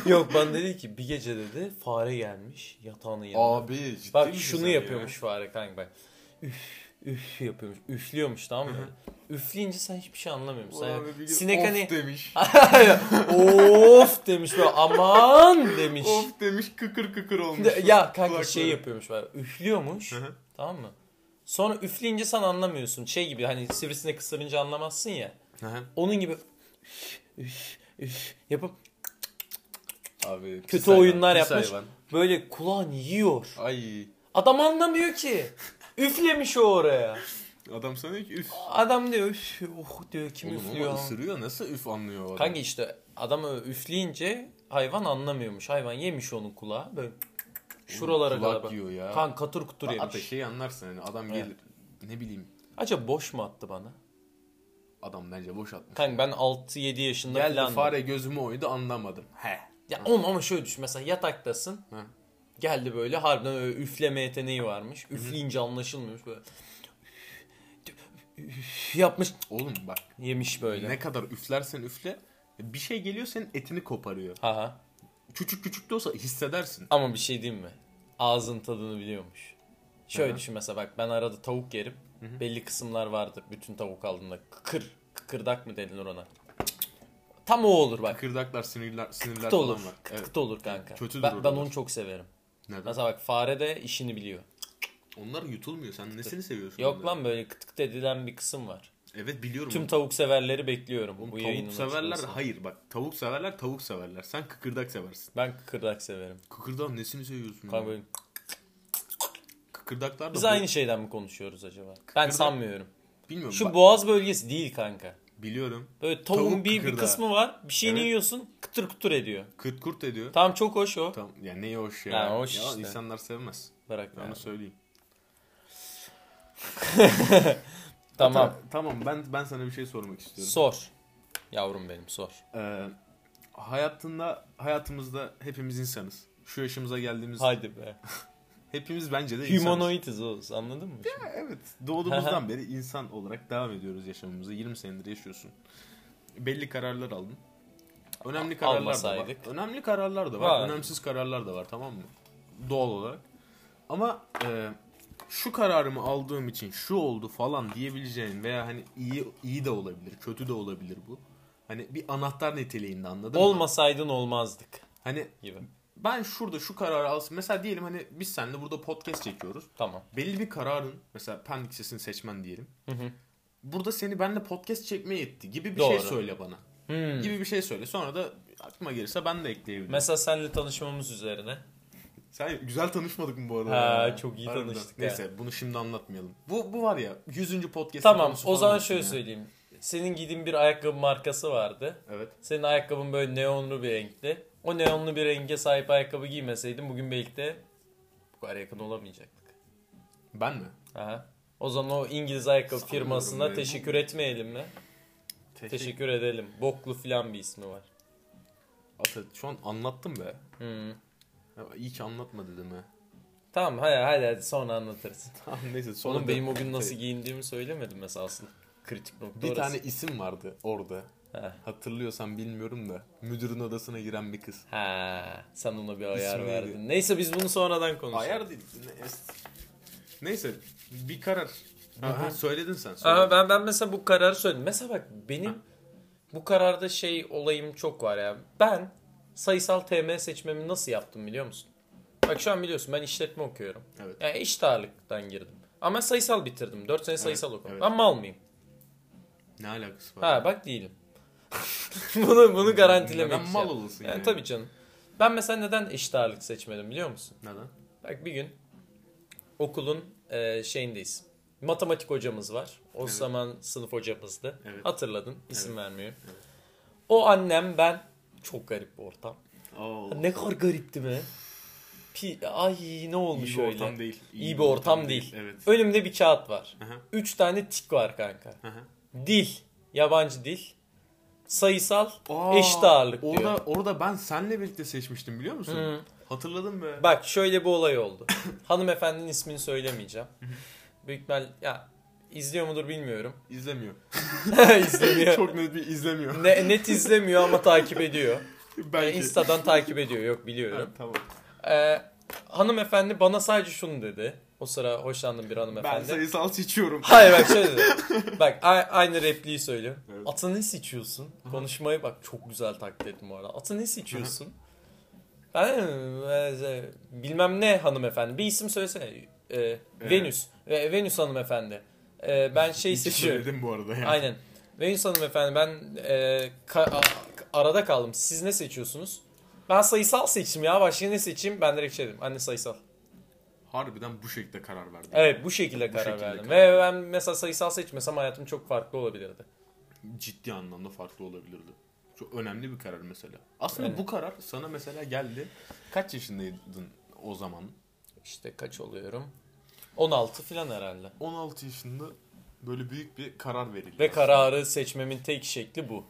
Speaker 2: Yok ben dedi ki bir gece dedi fare gelmiş yatağının yanına.
Speaker 1: Abi ciddi
Speaker 2: Bak
Speaker 1: misin
Speaker 2: şunu
Speaker 1: sen ya?
Speaker 2: yapıyormuş fare kanka bak. Üf, üf yapıyormuş. Üflüyormuş tamam mı? Üfleyince sen hiçbir şey anlamıyorsun.
Speaker 1: Ulan
Speaker 2: Sen-
Speaker 1: abi bir gün
Speaker 2: sinek
Speaker 1: of
Speaker 2: hani
Speaker 1: demiş.
Speaker 2: of demiş böyle aman demiş.
Speaker 1: of demiş kıkır kıkır olmuş.
Speaker 2: De- ya kanka
Speaker 1: Kulakları.
Speaker 2: şey yapıyormuş böyle üflüyormuş
Speaker 1: hı.
Speaker 2: tamam mı? Sonra üfleyince sen anlamıyorsun. Şey gibi hani sivrisine kısırınca anlamazsın ya.
Speaker 1: Hı hı.
Speaker 2: Onun gibi üf, üf, üf yapıp
Speaker 1: Abi
Speaker 2: kötü
Speaker 1: pis hayvan,
Speaker 2: oyunlar
Speaker 1: pis
Speaker 2: yapmış.
Speaker 1: hayvan.
Speaker 2: Böyle kulağın yiyor.
Speaker 1: Ay.
Speaker 2: Adam anlamıyor ki. Üflemiş o oraya.
Speaker 1: Adam sana diyor ki üf.
Speaker 2: Adam diyor üf, oh diyor kim
Speaker 1: Oğlum
Speaker 2: üflüyor.
Speaker 1: ama ısırıyor nasıl üf anlıyor o adam?
Speaker 2: Kanka işte adamı üfleyince hayvan anlamıyormuş. Hayvan yemiş onun kulağı. Böyle şuralara
Speaker 1: Kulak
Speaker 2: galiba.
Speaker 1: yiyor ya.
Speaker 2: Kanka katır kutur
Speaker 1: Hatta
Speaker 2: yemiş.
Speaker 1: şey anlarsın hani adam
Speaker 2: Evet.
Speaker 1: gelir ne bileyim
Speaker 2: Acaba boş mu attı bana?
Speaker 1: adam bence boş atmış.
Speaker 2: Kanka ben 6-7 yaşında
Speaker 1: Geldi
Speaker 2: falandım.
Speaker 1: fare gözümü oydu anlamadım. He.
Speaker 2: Ya oğlum ama şöyle düşün mesela yataktasın.
Speaker 1: Hı.
Speaker 2: Geldi böyle harbiden öyle üfleme yeteneği varmış. Üfleyince anlaşılmıyormuş böyle. yapmış.
Speaker 1: Oğlum bak
Speaker 2: Yemiş böyle.
Speaker 1: ne kadar üflersen üfle bir şey geliyor senin etini koparıyor.
Speaker 2: Ha ha.
Speaker 1: Küçük küçük de olsa hissedersin.
Speaker 2: Ama bir şey diyeyim mi? Ağzın tadını biliyormuş. Şöyle
Speaker 1: Hı hı.
Speaker 2: düşün mesela bak ben arada tavuk yerim. Belli kısımlar vardır. Bütün tavuk aldığında kıkır. Kıkırdak mı denilir ona? Tam o olur bak.
Speaker 1: Kırdaklar, sinirler, sinirler
Speaker 2: Kıt olur.
Speaker 1: falan var.
Speaker 2: Kıt
Speaker 1: Evet.
Speaker 2: kıt olur kanka.
Speaker 1: Kötüdür
Speaker 2: ben, ben
Speaker 1: oralar.
Speaker 2: onu çok severim.
Speaker 1: Neden?
Speaker 2: Mesela bak fare de işini biliyor.
Speaker 1: Onlar yutulmuyor. Sen nesini seviyorsun?
Speaker 2: Yok
Speaker 1: onları?
Speaker 2: lan böyle kıt kıt edilen bir kısım var.
Speaker 1: Evet biliyorum.
Speaker 2: Tüm tavuk severleri bekliyorum bu yayının
Speaker 1: tavuk severler
Speaker 2: açılmasını.
Speaker 1: hayır bak tavuk severler tavuk severler. Sen kıkırdak seversin.
Speaker 2: Ben kıkırdak severim.
Speaker 1: Kıkırdağın nesini seviyorsun?
Speaker 2: Kanka
Speaker 1: ya?
Speaker 2: böyle-
Speaker 1: Kıkırdaklar da
Speaker 2: Biz
Speaker 1: bu-
Speaker 2: aynı şeyden mi konuşuyoruz acaba? Ben sanmıyorum.
Speaker 1: bilmiyorum.
Speaker 2: Şu
Speaker 1: bak-
Speaker 2: boğaz bölgesi değil kanka.
Speaker 1: biliyorum.
Speaker 2: Böyle tavuğun
Speaker 1: Tavuk
Speaker 2: bir, bir
Speaker 1: kıkırdağı.
Speaker 2: kısmı var. Bir şeyini
Speaker 1: Evet.
Speaker 2: yiyorsun kıtır kıtır ediyor.
Speaker 1: Kırt kurt ediyor.
Speaker 2: Tamam çok hoş o.
Speaker 1: Tamam. Ya ne hoş ya.
Speaker 2: Ha, hoş
Speaker 1: ya
Speaker 2: işte.
Speaker 1: insanlar sevmez.
Speaker 2: Bırak
Speaker 1: Ben
Speaker 2: yani.
Speaker 1: onu söyleyeyim.
Speaker 2: Tamam.
Speaker 1: Ta- tamam ben ben sana bir şey sormak istiyorum.
Speaker 2: Sor. Yavrum benim sor.
Speaker 1: Ee, hayatında hayatımızda hepimiz insanız. Şu yaşımıza geldiğimiz
Speaker 2: Hadi be.
Speaker 1: hepimiz bence de insanız.
Speaker 2: Humanoidiz oğuz anladın mı? şimdi?
Speaker 1: Evet. Doğduğumuzdan beri insan olarak devam ediyoruz yaşamımıza. 20 senedir yaşıyorsun. Belli kararlar aldın. Önemli kararlar da var.
Speaker 2: almasaydık.
Speaker 1: Önemli kararlar da var.
Speaker 2: Var.
Speaker 1: Önemsiz kararlar da var tamam mı? Doğal olarak. Ama e, şu kararımı aldığım için şu oldu falan diyebileceğin veya hani iyi iyi de olabilir, kötü de olabilir bu. Hani bir anahtar niteliğinde anladın mı?
Speaker 2: Olmasaydın olmazdık
Speaker 1: Hani
Speaker 2: gibi.
Speaker 1: ben şurada şu kararı alsam mesela diyelim hani biz seninle burada podcast çekiyoruz
Speaker 2: Tamam.
Speaker 1: belli bir kararın mesela Pendik sesini seçmen diyelim.
Speaker 2: Hı hı.
Speaker 1: Burada seni benle podcast çekmeye etti gibi bir şey
Speaker 2: Doğru.
Speaker 1: söyle bana.
Speaker 2: Hmm.
Speaker 1: Gibi bir şey söyle. Sonra da aklıma gelirse ben de ekleyebilirim.
Speaker 2: Mesela senle tanışmamız üzerine.
Speaker 1: Sen güzel tanışmadık mı bu arada?
Speaker 2: Ha,
Speaker 1: ya?
Speaker 2: çok iyi tanıştık ya.
Speaker 1: Neyse bunu şimdi anlatmayalım. Bu bu var ya 100. podcast.
Speaker 2: Tamam o zaman şöyle söyleyeyim. Senin gidin bir ayakkabı markası vardı.
Speaker 1: Evet.
Speaker 2: Senin ayakkabın böyle neonlu bir renkli. o neonlu bir renge sahip ayakkabı giymeseydim bugün belki de bu kadar yakın olamayacaktık.
Speaker 1: Ben mi?
Speaker 2: Aha. O zaman o İngiliz ayakkabı
Speaker 1: Sanmıyorum
Speaker 2: firmasına
Speaker 1: ben.
Speaker 2: teşekkür etmeyelim mi? Teşekkür edelim. Boklu filan bir ismi var.
Speaker 1: Ata şu an anlattım be.
Speaker 2: Hı.
Speaker 1: Ya, iyi ki anlatma dedim ha.
Speaker 2: Tamam hadi hadi, hadi sonra anlatırız.
Speaker 1: Tamam neyse sonra
Speaker 2: Oğlum
Speaker 1: da-
Speaker 2: benim o gün nasıl giyindiğimi söylemedim mesela asıl kritik nokta
Speaker 1: Bir
Speaker 2: orası.
Speaker 1: tane isim vardı orada.
Speaker 2: Ha.
Speaker 1: Hatırlıyorsan bilmiyorum da. Müdürün odasına giren bir kız.
Speaker 2: Ha, sen ona bir ayar
Speaker 1: İsmi neydi?
Speaker 2: verdin. Neyse biz bunu sonradan konuşuruz.
Speaker 1: Ayar değil. ne- es- Neyse bir karar. Aha, söyledin sen.
Speaker 2: Aha,
Speaker 1: söyledin.
Speaker 2: ben ben mesela bu kararı söyledim. Mesela bak benim bu kararda şey olayım çok var ya. Ben sayısal TM seçmemi nasıl yaptım biliyor musun? Bak şu an biliyorsun ben işletme okuyorum.
Speaker 1: Evet.
Speaker 2: Yani eşit ağırlıktan girdim. Ama sayısal bitirdim. 4 sene sayısal okudum.
Speaker 1: evet.
Speaker 2: Ben mal mıyım?
Speaker 1: Ne alakası var?
Speaker 2: Ha bak değilim. bunu bunu garantilemek
Speaker 1: Neden
Speaker 2: için.
Speaker 1: mal olasın
Speaker 2: yani,
Speaker 1: yani?
Speaker 2: Tabii canım. Ben mesela neden eşit ağırlık seçmedim biliyor musun?
Speaker 1: Neden?
Speaker 2: Bak bir gün okulun e, şeyindeyiz. Matematik hocamız var. O zaman sınıf hocamızdı.
Speaker 1: Evet.
Speaker 2: Hatırladın. İsim vermiyor. O annem ben. Çok garip bir ortam.
Speaker 1: Oo.
Speaker 2: Ne kadar garipti mi? Pi, ay ne
Speaker 1: İyi
Speaker 2: olmuş
Speaker 1: bir
Speaker 2: öyle.
Speaker 1: ortam değil.
Speaker 2: İyi, bir ortam, değil.
Speaker 1: Evet.
Speaker 2: Önümde bir kağıt var.
Speaker 1: Aha.
Speaker 2: Üç tane tik var kanka.
Speaker 1: Aha.
Speaker 2: Dil. Yabancı dil. Sayısal.
Speaker 1: Aa,
Speaker 2: eşit ağırlık diyor.
Speaker 1: orada, Orada ben senle birlikte seçmiştim biliyor musun?
Speaker 2: Hı.
Speaker 1: Hatırladın be.
Speaker 2: Bak şöyle bir olay oldu. Hanımefendinin ismini söylemeyeceğim. Büyük ihtimal ya izliyor mudur bilmiyorum.
Speaker 1: İzlemiyor.
Speaker 2: izlemiyor.
Speaker 1: Çok net bir izlemiyor.
Speaker 2: Ne, net izlemiyor ama takip ediyor.
Speaker 1: Belki.
Speaker 2: Insta'dan takip ediyor yok
Speaker 1: Ha,
Speaker 2: biliyorum.
Speaker 1: tamam.
Speaker 2: Ee, hanımefendi bana sadece şunu dedi. O sıra hoşlandığım bir hanımefendi.
Speaker 1: Ben sayısal seçiyorum.
Speaker 2: Hayır bak şöyle dedi. Bak a- aynı repliği söylüyor.
Speaker 1: Evet.
Speaker 2: Ata ne seçiyorsun? Konuşmayı bak çok güzel taklit ettim bu arada. Ata ne seçiyorsun? Ben e, bilmem ne hanımefendi. Bir isim söylesene. E, Venüs. E, Venüs hanımefendi. E, ben şey
Speaker 1: İyi ki
Speaker 2: seçiyorum.
Speaker 1: söyledim bu arada yani.
Speaker 2: Aynen. Venüs hanımefendi ben e, ka- a- arada kaldım. Siz ne seçiyorsunuz? Ben sayısal seçtim ya. Başka ne seçeyim? Ben direkt şey dedim. Anne sayısal.
Speaker 1: Harbiden bu şekilde karar verdim.
Speaker 2: Evet bu şekilde
Speaker 1: Bu
Speaker 2: karar
Speaker 1: şekilde
Speaker 2: verdim.
Speaker 1: karar
Speaker 2: Ve ben mesela sayısal seçmesem hayatım çok farklı olabilirdi.
Speaker 1: Ciddi anlamda farklı olabilirdi. Çok önemli bir karar mesela. Aslında
Speaker 2: Evet.
Speaker 1: bu karar sana mesela geldi. Kaç yaşındaydın o zaman?
Speaker 2: İşte kaç oluyorum? 16 falan herhalde.
Speaker 1: 16 yaşında böyle büyük bir karar verildi.
Speaker 2: Ve
Speaker 1: aslında.
Speaker 2: kararı seçmemin tek şekli bu.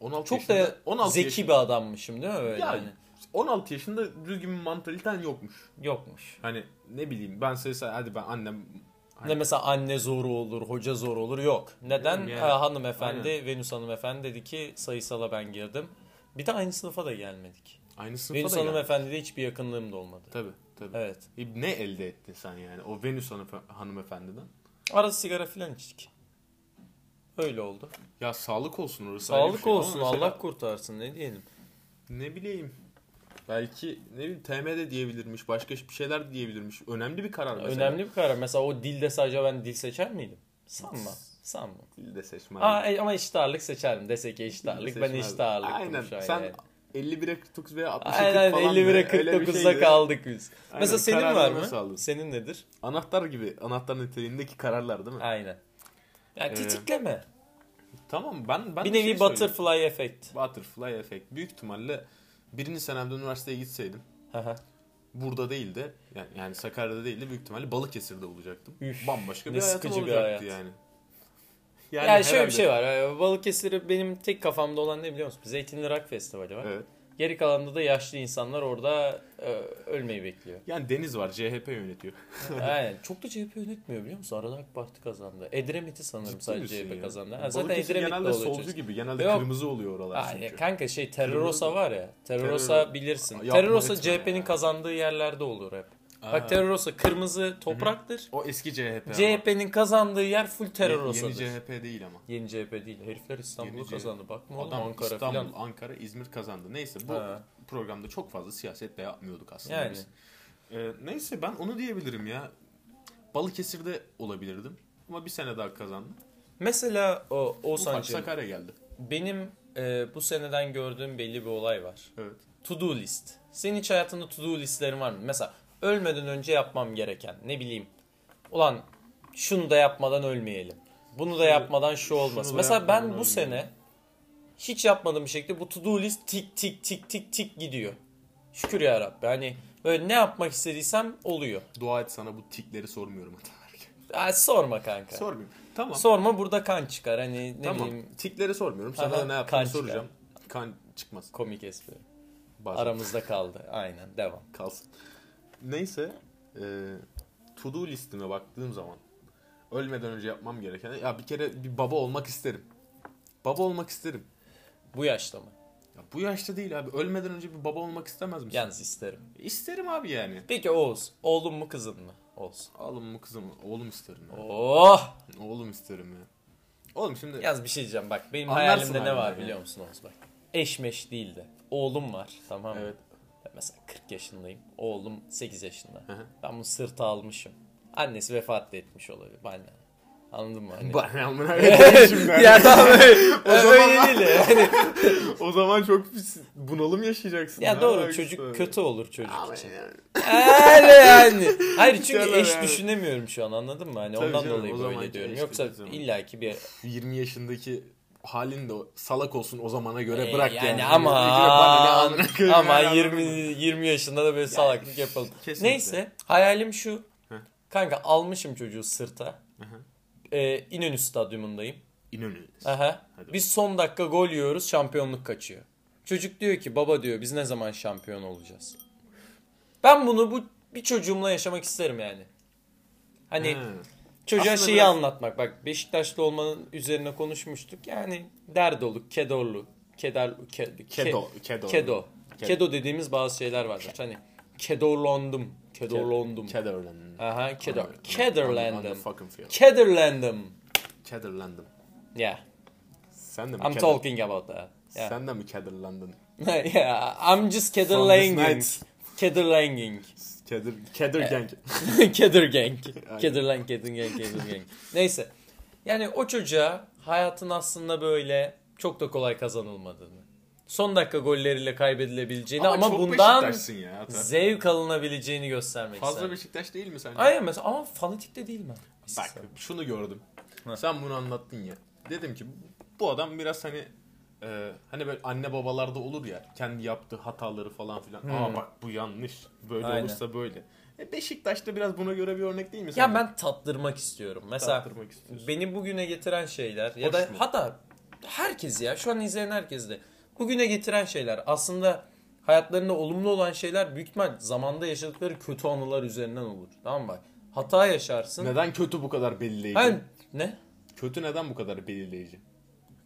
Speaker 1: 16
Speaker 2: Çok
Speaker 1: yaşında,
Speaker 2: da
Speaker 1: 16
Speaker 2: zeki
Speaker 1: yaşında-
Speaker 2: bir adammışım değil mi öyle?
Speaker 1: Yani.
Speaker 2: hani?
Speaker 1: 16 yaşında düzgün bir mantaliten yokmuş.
Speaker 2: Yokmuş.
Speaker 1: Hani ne bileyim ben sayısal hadi ben annem Hani-
Speaker 2: Ne mesela anne zoru olur, hoca zoru olur yok. Neden?
Speaker 1: Yani.
Speaker 2: Ha, hanımefendi, Venüs hanımefendi dedi ki sayısala ben girdim. Bir de aynı sınıfa da gelmedik.
Speaker 1: aynı sınıfa
Speaker 2: Venüs
Speaker 1: da geldi.
Speaker 2: hanımefendiyle hiçbir yakınlığım da olmadı.
Speaker 1: Tabii tabii.
Speaker 2: Evet.
Speaker 1: E, Ne elde ettin sen yani o Venüs hanıfe- hanımefendiden?
Speaker 2: Arada sigara filan içtik. Öyle oldu.
Speaker 1: Ya sağlık olsun orası. ayrı bir
Speaker 2: Sağlık
Speaker 1: şey. Ama
Speaker 2: olsun,
Speaker 1: mesela-
Speaker 2: Allah kurtarsın ne diyelim.
Speaker 1: Ne bileyim. Belki ne bileyim TM'de diyebilirmiş. Başka bir şeyler de diyebilirmiş. Önemli bir karar mesela.
Speaker 2: Önemli bir karar. Mesela o dilde sadece ben dil seçer miydim? Sanma. Sanma.
Speaker 1: Dil de seçmen.
Speaker 2: Aa, e, ama eşit ağırlık seçerim dese ki eşit
Speaker 1: Dil de
Speaker 2: ağırlık. Ben
Speaker 1: seçmen.
Speaker 2: eşit ağırlık
Speaker 1: Aynen. Sen 51'e 49 veya 60'a
Speaker 2: Aynen
Speaker 1: falan.
Speaker 2: 51'e
Speaker 1: be. Öyle bir
Speaker 2: 49'da
Speaker 1: şeydi.
Speaker 2: kaldık biz.
Speaker 1: Aynen,
Speaker 2: Mesela senin
Speaker 1: karar
Speaker 2: var
Speaker 1: vermesi
Speaker 2: mı?
Speaker 1: aldın.
Speaker 2: Senin nedir?
Speaker 1: Anahtar gibi. Anahtar niteliğindeki kararlar değil mi?
Speaker 2: Aynen. Ya
Speaker 1: Ee,
Speaker 2: tetikleme.
Speaker 1: Tamam ben ben
Speaker 2: bir
Speaker 1: şey
Speaker 2: nevi
Speaker 1: söyleyeyim.
Speaker 2: butterfly efekt.
Speaker 1: Butterfly efekt. Büyük ihtimalle birinci senemde üniversiteye gitseydim
Speaker 2: Haha.
Speaker 1: burada değil de yani, yani Sakarya'da değil de büyük ihtimalle Balıkesir'de olacaktım.
Speaker 2: Üf,
Speaker 1: Bambaşka
Speaker 2: ne
Speaker 1: bir hayatım
Speaker 2: sıkıcı bir
Speaker 1: olacaktı
Speaker 2: hayat.
Speaker 1: yani.
Speaker 2: yani şöyle bir şey var. Ee, Balıkesir'e benim tek kafamda olan ne biliyor musun? Zeytinli Rock Festivali var.
Speaker 1: Evet.
Speaker 2: Geri kalanda da yaşlı insanlar orada e, ölmeyi bekliyor.
Speaker 1: Yani deniz var. CHP yönetiyor.
Speaker 2: Aynen. Çok da CHP yönetmiyor biliyor musun? Arada AK Parti kazandı. Edremit'i sanırım sadece
Speaker 1: misin
Speaker 2: CHP
Speaker 1: ya?
Speaker 2: kazandı. Ha,
Speaker 1: Balıkesir
Speaker 2: zaten Edremit'te
Speaker 1: genelde
Speaker 2: olacak.
Speaker 1: solcu gibi. Genelde
Speaker 2: Yok.
Speaker 1: kırmızı oluyor oralar
Speaker 2: Aa, ya
Speaker 1: çünkü.
Speaker 2: kanka şey Terroris'a var ya. Terroris'a
Speaker 1: Terör-
Speaker 2: bilirsin.
Speaker 1: Yapma
Speaker 2: Terroris'a
Speaker 1: lütfen
Speaker 2: CHP'nin
Speaker 1: ya.
Speaker 2: kazandığı yerlerde olur hep.
Speaker 1: Aa.
Speaker 2: Bak Terroris'a kırmızı topraktır.
Speaker 1: O eski CHP. ama.
Speaker 2: CHP'nin kazandığı yer full
Speaker 1: Yeni
Speaker 2: Terroris'adır. Yeni,
Speaker 1: CHP değil ama.
Speaker 2: CHP değil. Herifler İstanbul'u
Speaker 1: Yeni CHP.
Speaker 2: kazandı. Bakma oğlum
Speaker 1: Adam
Speaker 2: Ankara
Speaker 1: İstanbul,
Speaker 2: falan.
Speaker 1: Ankara, İzmir kazandı. Neyse bu
Speaker 2: Ha.
Speaker 1: programda çok fazla siyaset de yapmıyorduk aslında
Speaker 2: Yani.
Speaker 1: biz. Ee, neyse ben onu diyebilirim ya. Balıkesir'de olabilirdim. Ama bir sene daha kazandım.
Speaker 2: Mesela o
Speaker 1: Ufak
Speaker 2: Oğuzhan'cığım
Speaker 1: Sakarya geldi.
Speaker 2: benim e, bu seneden gördüğüm belli bir olay var.
Speaker 1: Evet.
Speaker 2: To do list. Senin hiç hayatında to do listlerin var mı? Mesela ölmeden önce yapmam gereken ne bileyim. Ulan şunu da yapmadan ölmeyelim. Bunu da yapmadan şu olmasın.
Speaker 1: da
Speaker 2: Mesela ben bu
Speaker 1: yapmadan
Speaker 2: sene hiç yapmadığım bir şekilde bu to do list tik tik tik tik tik gidiyor. Şükür ya Rabbi. Hani böyle ne yapmak istediysem oluyor.
Speaker 1: Dua et sana bu tikleri sormuyorum Ataberk.
Speaker 2: Ha, sorma kanka.
Speaker 1: Sormuyorum. Tamam.
Speaker 2: Sorma burada kan çıkar. Hani ne
Speaker 1: tamam.
Speaker 2: bileyim
Speaker 1: Tikleri sormuyorum. Sana
Speaker 2: Aha,
Speaker 1: ne yaptığını
Speaker 2: kan çıkar.
Speaker 1: soracağım. Kan çıkmaz.
Speaker 2: komik espri.
Speaker 1: Bazen
Speaker 2: Aramızda kaldı. Aynen devam.
Speaker 1: kalsın. Neyse. E, to do listime baktığım zaman ölmeden önce yapmam gereken ya bir kere bir baba olmak isterim. Baba olmak isterim.
Speaker 2: Bu yaşta mı?
Speaker 1: Ya bu yaşta değil abi. Ölmeden önce bir baba olmak istemez misin?
Speaker 2: Yalnız isterim.
Speaker 1: İsterim abi yani.
Speaker 2: Peki Oğuz. Oğlum mu kızın mı? Olsun.
Speaker 1: Oğlum mu kızım? mı? Oğlum isterim ya.
Speaker 2: Oh!
Speaker 1: Oğlum isterim ya. Oğlum şimdi
Speaker 2: Yaz bir şey diyeceğim bak benim
Speaker 1: Anlarsın
Speaker 2: hayalimde ne
Speaker 1: hala
Speaker 2: var
Speaker 1: ya.
Speaker 2: biliyor musun Oğuz bak. Eşmeş değil de oğlum var tamam mı?
Speaker 1: Evet.
Speaker 2: Ben mesela 40 yaşındayım oğlum 8 yaşında.
Speaker 1: Hı hı.
Speaker 2: Ben bunu sırta almışım. Annesi vefat da etmiş olabilir bana. Anladın mı? Hani...
Speaker 1: bana amına koyayım şimdi.
Speaker 2: ya tamam öyle,
Speaker 1: O zaman-
Speaker 2: öyle değil hani. de yani.
Speaker 1: o zaman çok pis bunalım yaşayacaksın.
Speaker 2: Ya
Speaker 1: Ne
Speaker 2: doğru
Speaker 1: alakası
Speaker 2: çocuk
Speaker 1: var?
Speaker 2: kötü olur çocuk
Speaker 1: Ama
Speaker 2: için.
Speaker 1: yani.
Speaker 2: Öyle yani. Hayır çünkü
Speaker 1: İnşallah
Speaker 2: eş
Speaker 1: yani.
Speaker 2: düşünemiyorum şu an anladın mı? Hani
Speaker 1: Tabii
Speaker 2: ondan
Speaker 1: canım,
Speaker 2: dolayı
Speaker 1: o
Speaker 2: böyle
Speaker 1: zamanki
Speaker 2: diyorum.
Speaker 1: eş
Speaker 2: Yoksa
Speaker 1: dediği zaman.
Speaker 2: illaki bir
Speaker 1: 20 yaşındaki halin de o- salak olsun o zamana göre
Speaker 2: Ee,
Speaker 1: bırak yani.
Speaker 2: ama
Speaker 1: Bana ne amına koyayım
Speaker 2: ama
Speaker 1: yani, anladın
Speaker 2: 20
Speaker 1: mı?
Speaker 2: 20 yaşında da böyle salaklık yapalım.
Speaker 1: kesinlikle.
Speaker 2: Neyse hayalim şu.
Speaker 1: Heh.
Speaker 2: Kanka almışım çocuğu sırta.
Speaker 1: hı.
Speaker 2: Ee, İnönü stadyumundayım.
Speaker 1: İnönü.
Speaker 2: Aha.
Speaker 1: Hadi
Speaker 2: Biz son dakika gol yiyoruz, şampiyonluk kaçıyor. Çocuk diyor ki baba diyor biz ne zaman şampiyon olacağız? Ben bunu bu bir çocuğumla yaşamak isterim yani. Hani
Speaker 1: Ha.
Speaker 2: Çocuğa
Speaker 1: Aslında
Speaker 2: şeyi
Speaker 1: biraz-
Speaker 2: anlatmak. Bak Beşiktaşlı olmanın üzerine konuşmuştuk. Yani derdoluk, kedorlu, keder, ke, ke-
Speaker 1: Kedo, kedo.
Speaker 2: kedo.
Speaker 1: Kedo.
Speaker 2: Kedo dediğimiz bazı şeyler vardır. Hani kedorlandım, kedorlandım.
Speaker 1: Kederlendim.
Speaker 2: Aha,
Speaker 1: On
Speaker 2: kedor.
Speaker 1: the- on the
Speaker 2: Kederlendim.
Speaker 1: fucking field.
Speaker 2: Kederlendim.
Speaker 1: Kederlendim.
Speaker 2: Yeah,
Speaker 1: Sen de mi
Speaker 2: I'm
Speaker 1: keder-
Speaker 2: talking about that. Yeah.
Speaker 1: Sen de mi kederlendin?
Speaker 2: yeah, I'm just
Speaker 1: From
Speaker 2: kederlanging.
Speaker 1: this
Speaker 2: Kederlanging.
Speaker 1: Keder,
Speaker 2: Ee,
Speaker 1: keder gang.
Speaker 2: Keder gang.
Speaker 1: Aynen.
Speaker 2: Keder lan keder gang keder gang. Neyse. Yani o çocuğa hayatın aslında böyle çok da kolay kazanılmadığını. Son dakika golleriyle kaybedilebileceğini ama,
Speaker 1: çok
Speaker 2: bundan
Speaker 1: Beşiktaş'sın ya. Ata.
Speaker 2: zevk alınabileceğini göstermek
Speaker 1: Fazla
Speaker 2: isterdim.
Speaker 1: Beşiktaş değil mi sence?
Speaker 2: Aynen mesela ama fanatik de değil mi?
Speaker 1: Bak şunu gördüm. Sen bunu anlattın ya. Dedim ki bu adam biraz hani e, hani böyle anne babalarda olur ya kendi yaptığı hataları falan filan. Aa bak bu yanlış. Böyle
Speaker 2: Hmm. Aynen.
Speaker 1: olursa böyle. E Beşiktaş'ta biraz buna göre bir örnek değil mi?
Speaker 2: Ya ben tattırmak istiyorum. Mesela
Speaker 1: Tattırmak istiyorsun.
Speaker 2: beni bugüne getiren şeyler ya da
Speaker 1: mu?
Speaker 2: hatta herkes ya şu an izleyen herkes de bugüne getiren şeyler aslında hayatlarında olumlu olan şeyler büyük ihtimal zamanda yaşadıkları kötü anılar üzerinden olur. Tamam mı? Hata yaşarsın.
Speaker 1: Neden kötü bu kadar belirleyici?
Speaker 2: Hani- ne?
Speaker 1: Kötü neden bu kadar belirleyici?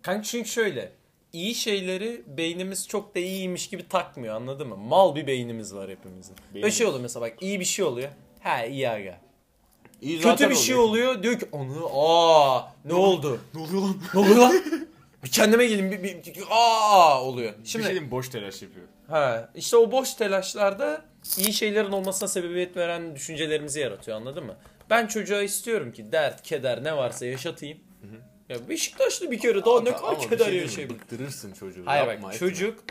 Speaker 2: Kanka çünkü şöyle iyi şeyleri beynimiz çok da iyiymiş gibi takmıyor anladın mı? Mal bir beynimiz var hepimizin. Böyle
Speaker 1: Beynimiz.
Speaker 2: şey oluyor mesela bak iyi bir şey oluyor. Ha iyi aga.
Speaker 1: İyi
Speaker 2: Kötü
Speaker 1: zaten
Speaker 2: bir şey
Speaker 1: oluyor.
Speaker 2: oluyor diyor ki onu aa ne oldu?
Speaker 1: Ne oluyor lan?
Speaker 2: Ne oluyor lan? Bir kendime gelin bir, bir, bir- aa oluyor.
Speaker 1: Şimdi
Speaker 2: Şimdi
Speaker 1: bir şey şeyin boş telaş yapıyor.
Speaker 2: ha işte o boş telaşlarda iyi şeylerin olmasına sebebiyet veren düşüncelerimizi yaratıyor anladın mı? Ben çocuğa istiyorum ki dert, keder ne varsa yaşatayım. Ya Beşiktaşlı bir kere daha ne
Speaker 1: Ama
Speaker 2: kadar
Speaker 1: bir şey
Speaker 2: keder
Speaker 1: diyeyim mi?
Speaker 2: yaşayabilir?
Speaker 1: Bıktırırsın çocuğu.
Speaker 2: Hayır
Speaker 1: Yapma,
Speaker 2: bak
Speaker 1: etme.
Speaker 2: çocuk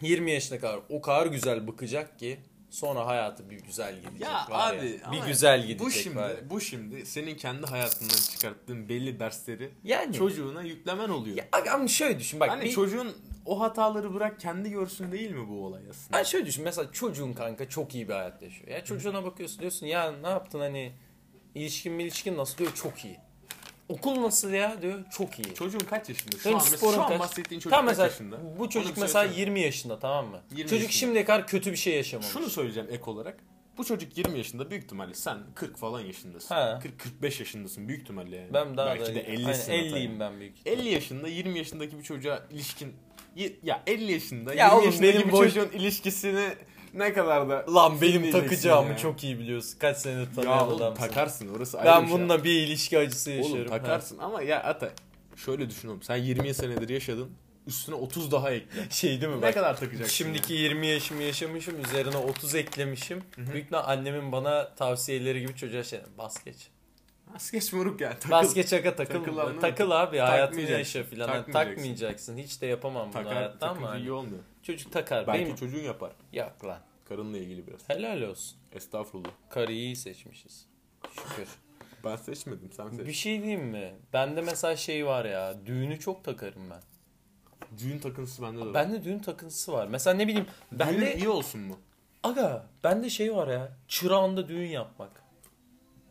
Speaker 2: 20 yaşına kadar o kadar güzel bakacak ki sonra hayatı bir güzel gidecek
Speaker 1: Ya
Speaker 2: var
Speaker 1: abi
Speaker 2: ya. Bir
Speaker 1: ama
Speaker 2: güzel gidecek
Speaker 1: bu şimdi,
Speaker 2: var ya.
Speaker 1: Bu şimdi senin kendi hayatından çıkarttığın belli dersleri
Speaker 2: Yani.
Speaker 1: çocuğuna yüklemen oluyor.
Speaker 2: Ya, aga, ama şöyle düşün bak.
Speaker 1: hani
Speaker 2: bir-
Speaker 1: çocuğun o hataları bırak kendi görsün değil mi bu olay aslında?
Speaker 2: Ben şöyle düşün mesela çocuğun kanka çok iyi bir hayat yaşıyor. Ya çocuğuna bakıyorsun diyorsun ya ne yaptın hani ilişkin mi ilişkin nasıl diyor çok iyi. Okul nasıl ya diyor çok iyi.
Speaker 1: Çocuğun kaç yaşında? Şu
Speaker 2: Benim
Speaker 1: an, mesela,
Speaker 2: sporun
Speaker 1: şu an
Speaker 2: kaç-
Speaker 1: bahsettiğin çocuk
Speaker 2: Tamam
Speaker 1: kaç
Speaker 2: mesela
Speaker 1: yaşında?
Speaker 2: bu
Speaker 1: Onu
Speaker 2: çocuk
Speaker 1: bir
Speaker 2: mesela
Speaker 1: söyle.
Speaker 2: 20 yaşında tamam mı?
Speaker 1: 20
Speaker 2: çocuk
Speaker 1: yaşında.
Speaker 2: şimdiye kadar kötü bir şey yaşamamış.
Speaker 1: Şunu söyleyeceğim ek olarak. Bu çocuk 20 yaşında büyük ihtimalle sen 40 falan yaşındasın.
Speaker 2: Ha.
Speaker 1: 40-45 yaşındasın büyük ihtimalle yani.
Speaker 2: ben daha
Speaker 1: Belki
Speaker 2: da
Speaker 1: de 50'sin. hatta.
Speaker 2: Aynen, 50'yim ben büyük.
Speaker 1: 50 yaşında 20 yaşındaki bir çocuğa ilişkin y- ya 50 yaşında
Speaker 2: Ya
Speaker 1: 20
Speaker 2: oğlum,
Speaker 1: yaşındaki
Speaker 2: benim
Speaker 1: bir
Speaker 2: boş-
Speaker 1: çocuğun ilişkisini ne kadar da
Speaker 2: Lan benim
Speaker 1: sinirleyeceksin
Speaker 2: takacağımı
Speaker 1: ya.
Speaker 2: çok iyi biliyorsun. Kaç senedir
Speaker 1: ya
Speaker 2: tanıyan
Speaker 1: oğlum
Speaker 2: adamsın.
Speaker 1: takarsın orası ayrı
Speaker 2: Ben
Speaker 1: bir şey.
Speaker 2: bununla bir ilişki acısı yaşıyorum.
Speaker 1: oğlum
Speaker 2: ha.
Speaker 1: takarsın ama ya ata şöyle düşün oğlum sen 20 senedir yaşadın üstüne 30 daha ekle.
Speaker 2: Şey değil mi?
Speaker 1: ne
Speaker 2: Bak,
Speaker 1: kadar takacaksın?
Speaker 2: Şimdiki 20 yaşımı yaşamışım. Üzerine 30 eklemişim. Büyük ihtimal annemin bana tavsiyeleri gibi çocuğa şey bas geç.
Speaker 1: ya? Az geç moruk yani. Takıl.
Speaker 2: Bas geç aga takıl.
Speaker 1: Takıl
Speaker 2: Takıl,
Speaker 1: anladın
Speaker 2: abi hayatını
Speaker 1: Takmayacaksın.
Speaker 2: yaşa filan. Yani Takmayacaksın.
Speaker 1: Takmayacaksın.
Speaker 2: Hiç de yapamam bunu
Speaker 1: Takar,
Speaker 2: hayatta ama.
Speaker 1: takınca
Speaker 2: hani
Speaker 1: iyi olmuyor.
Speaker 2: Çocuk takar.
Speaker 1: Belki
Speaker 2: Benim
Speaker 1: çocuğun yapar.
Speaker 2: yok lan.
Speaker 1: Karınla ilgili biraz.
Speaker 2: Helal olsun.
Speaker 1: Estağfurullah.
Speaker 2: Karıyı iyi seçmişiz. Şükür.
Speaker 1: Ben seçmedim sen seç.
Speaker 2: Bir şey diyeyim mi? Bende mesela şey var ya. Düğünü çok takarım ben.
Speaker 1: Düğün takıntısı bende de var.
Speaker 2: Bende düğün takıntısı var. Mesela ne bileyim
Speaker 1: Düğün
Speaker 2: bende
Speaker 1: iyi olsun mu?
Speaker 2: aga bende şey var ya. Çırağında düğün yapmak.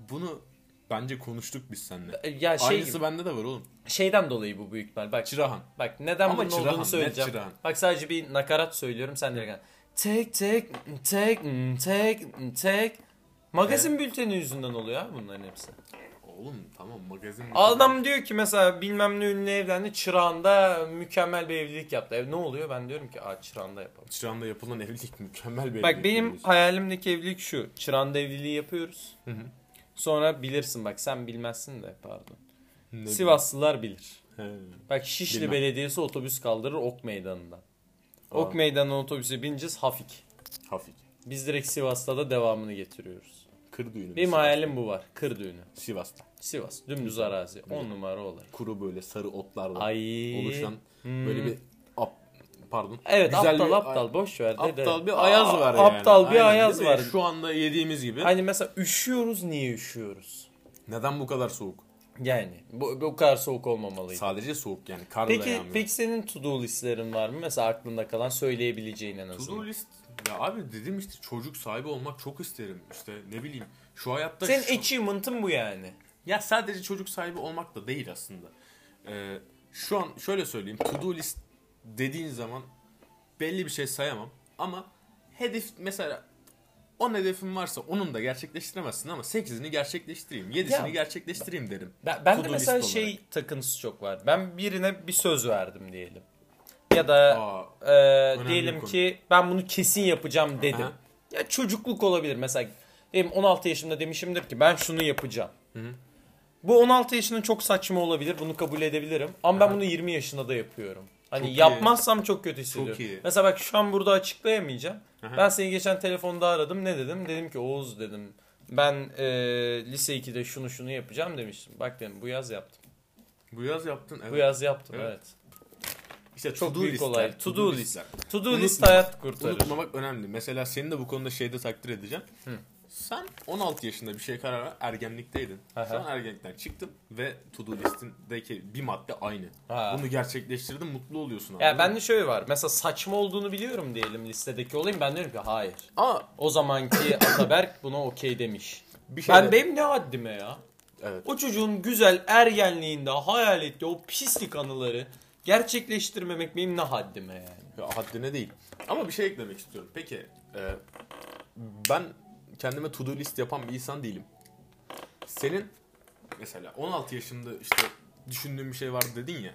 Speaker 1: Bunu bence konuştuk biz seninle.
Speaker 2: E, Ya şey
Speaker 1: Aynısı bende de var oğlum.
Speaker 2: şeyden dolayı bu büyük ihtimal. Bak
Speaker 1: Çırahan.
Speaker 2: Bak neden
Speaker 1: Ama
Speaker 2: bunun
Speaker 1: çırağan,
Speaker 2: olduğunu
Speaker 1: net
Speaker 2: söyleyeceğim.
Speaker 1: çırağan.
Speaker 2: Bak sadece bir nakarat söylüyorum sen direkt. al. Tek tek tek tek tek Magazin bülteni yüzünden oluyor ha bunların hepsi.
Speaker 1: Oğlum tamam magazin.
Speaker 2: Adam diyor ki mesela bilmem ne ünlü evlendi çırağında mükemmel bir evlilik yaptı. Ev ne oluyor? Ben diyorum ki aa çırağında yapalım.
Speaker 1: Çırağında yapılan evlilik mükemmel bir
Speaker 2: Bak
Speaker 1: evlilik
Speaker 2: benim
Speaker 1: biliyorsun.
Speaker 2: hayalimdeki evlilik şu. Çırağında evliliği yapıyoruz.
Speaker 1: Hı hı.
Speaker 2: Sonra bilirsin bak sen bilmezsin de pardon.
Speaker 1: Ne
Speaker 2: Sivaslılar bilir.
Speaker 1: bileyim. He.
Speaker 2: Bak Şişli
Speaker 1: Bilmem.
Speaker 2: Belediyesi otobüs kaldırır Ok Meydanı'ndan. Ok
Speaker 1: Aa.
Speaker 2: Meydanı'na otobüse bineceğiz Hafik.
Speaker 1: Hafif.
Speaker 2: Biz direkt Sivas'ta da devamını getiriyoruz.
Speaker 1: Kır düğünü.
Speaker 2: Benim
Speaker 1: Sivas'ta.
Speaker 2: hayalim bu var. Kır düğünü.
Speaker 1: Sivas'ta.
Speaker 2: Sivas. Dümdüz arazi. 10 numara olur.
Speaker 1: Kuru böyle sarı otlarla
Speaker 2: Ay. Hmm.
Speaker 1: oluşan böyle bir ap- pardon.
Speaker 2: Evet
Speaker 1: Güzel
Speaker 2: aptal
Speaker 1: bir-
Speaker 2: aptal boş ver. de de.
Speaker 1: Aptal bir ayaz
Speaker 2: Aa,
Speaker 1: var yani.
Speaker 2: Aptal bir
Speaker 1: Aynen,
Speaker 2: ayaz
Speaker 1: değil mi?
Speaker 2: var.
Speaker 1: Şu anda yediğimiz gibi.
Speaker 2: Hani mesela üşüyoruz niye üşüyoruz?
Speaker 1: Neden bu kadar soğuk?
Speaker 2: Yani bu, bu kadar soğuk olmamalıydı.
Speaker 1: Sadece soğuk yani. Karla
Speaker 2: Peki
Speaker 1: yağmıyor.
Speaker 2: peki senin to do listlerin var mı? Mesela aklında kalan söyleyebileceğin en azından.
Speaker 1: To-do list ya abi dedim işte çocuk sahibi olmak çok isterim. İşte ne bileyim şu hayatta şu-
Speaker 2: Senin achievement'ın bu yani.
Speaker 1: ya sadece çocuk sahibi olmak da değil aslında. Ee, şu an şöyle söyleyeyim to-do list dediğin zaman belli bir şey sayamam ama hedef mesela 10 hedefim varsa onun da gerçekleştiremezsin ama 8'ini gerçekleştireyim, 7'sini
Speaker 2: Ya-
Speaker 1: gerçekleştireyim derim.
Speaker 2: Ben, ben
Speaker 1: To
Speaker 2: de
Speaker 1: do
Speaker 2: mesela
Speaker 1: list
Speaker 2: şey
Speaker 1: olarak.
Speaker 2: takıntısı çok var. Ben birine bir söz verdim diyelim. Ya da
Speaker 1: Aa,
Speaker 2: e, diyelim
Speaker 1: konu.
Speaker 2: ki ben bunu kesin yapacağım dedim.
Speaker 1: Aha.
Speaker 2: Ya çocukluk olabilir mesela. Benim 16 yaşımda demişimdir ki ben şunu yapacağım. Bu 16 yaşının çok saçma olabilir. Bunu kabul edebilirim. Ama ben bunu 20 yaşında da yapıyorum. Hani
Speaker 1: Çok iyi.
Speaker 2: yapmazsam çok kötü hissediyorum.
Speaker 1: iyi.
Speaker 2: Mesela bak şu an burada açıklayamayacağım.
Speaker 1: Aha.
Speaker 2: Ben seni geçen telefonda aradım. Ne dedim? Dedim ki Oğuz dedim. Ben e, lise 2'de şunu şunu yapacağım demiştim. Bak dedim bu yaz yaptım.
Speaker 1: bu yaz yaptın evet.
Speaker 2: Bu yaz yaptım evet.
Speaker 1: Evet. işte
Speaker 2: çok
Speaker 1: to-do
Speaker 2: büyük
Speaker 1: listler,
Speaker 2: olay. To do list.
Speaker 1: listler.
Speaker 2: To do
Speaker 1: Unutma.
Speaker 2: list hayat kurtarır.
Speaker 1: Unutmamak önemli. Mesela seni de bu konuda şeyde takdir edeceğim. Sen 16 yaşında bir şey karar ver, ergenlikteydin.
Speaker 2: Aha.
Speaker 1: Şu an ergenlikten çıktın ve to do listindeki bir madde aynı.
Speaker 2: Ha.
Speaker 1: Bunu gerçekleştirdin, mutlu oluyorsun.
Speaker 2: Ya
Speaker 1: anladın
Speaker 2: ben
Speaker 1: mı?
Speaker 2: de şöyle var. Mesela saçma olduğunu biliyorum diyelim listedeki olayım. Ben diyorum ki hayır.
Speaker 1: Aa,
Speaker 2: O zamanki Ataberk buna okey demiş.
Speaker 1: bir şey
Speaker 2: Ben
Speaker 1: de-
Speaker 2: benim ne haddime ya?
Speaker 1: Evet.
Speaker 2: O çocuğun güzel ergenliğinde hayal ettiği o pislik anıları gerçekleştirmemek benim ne haddime yani.
Speaker 1: Ya, haddine değil. Ama bir şey eklemek istiyorum. Peki, e, ben kendime to do list yapan bir insan değilim. Senin mesela 16 yaşında işte düşündüğün bir şey var dedin ya.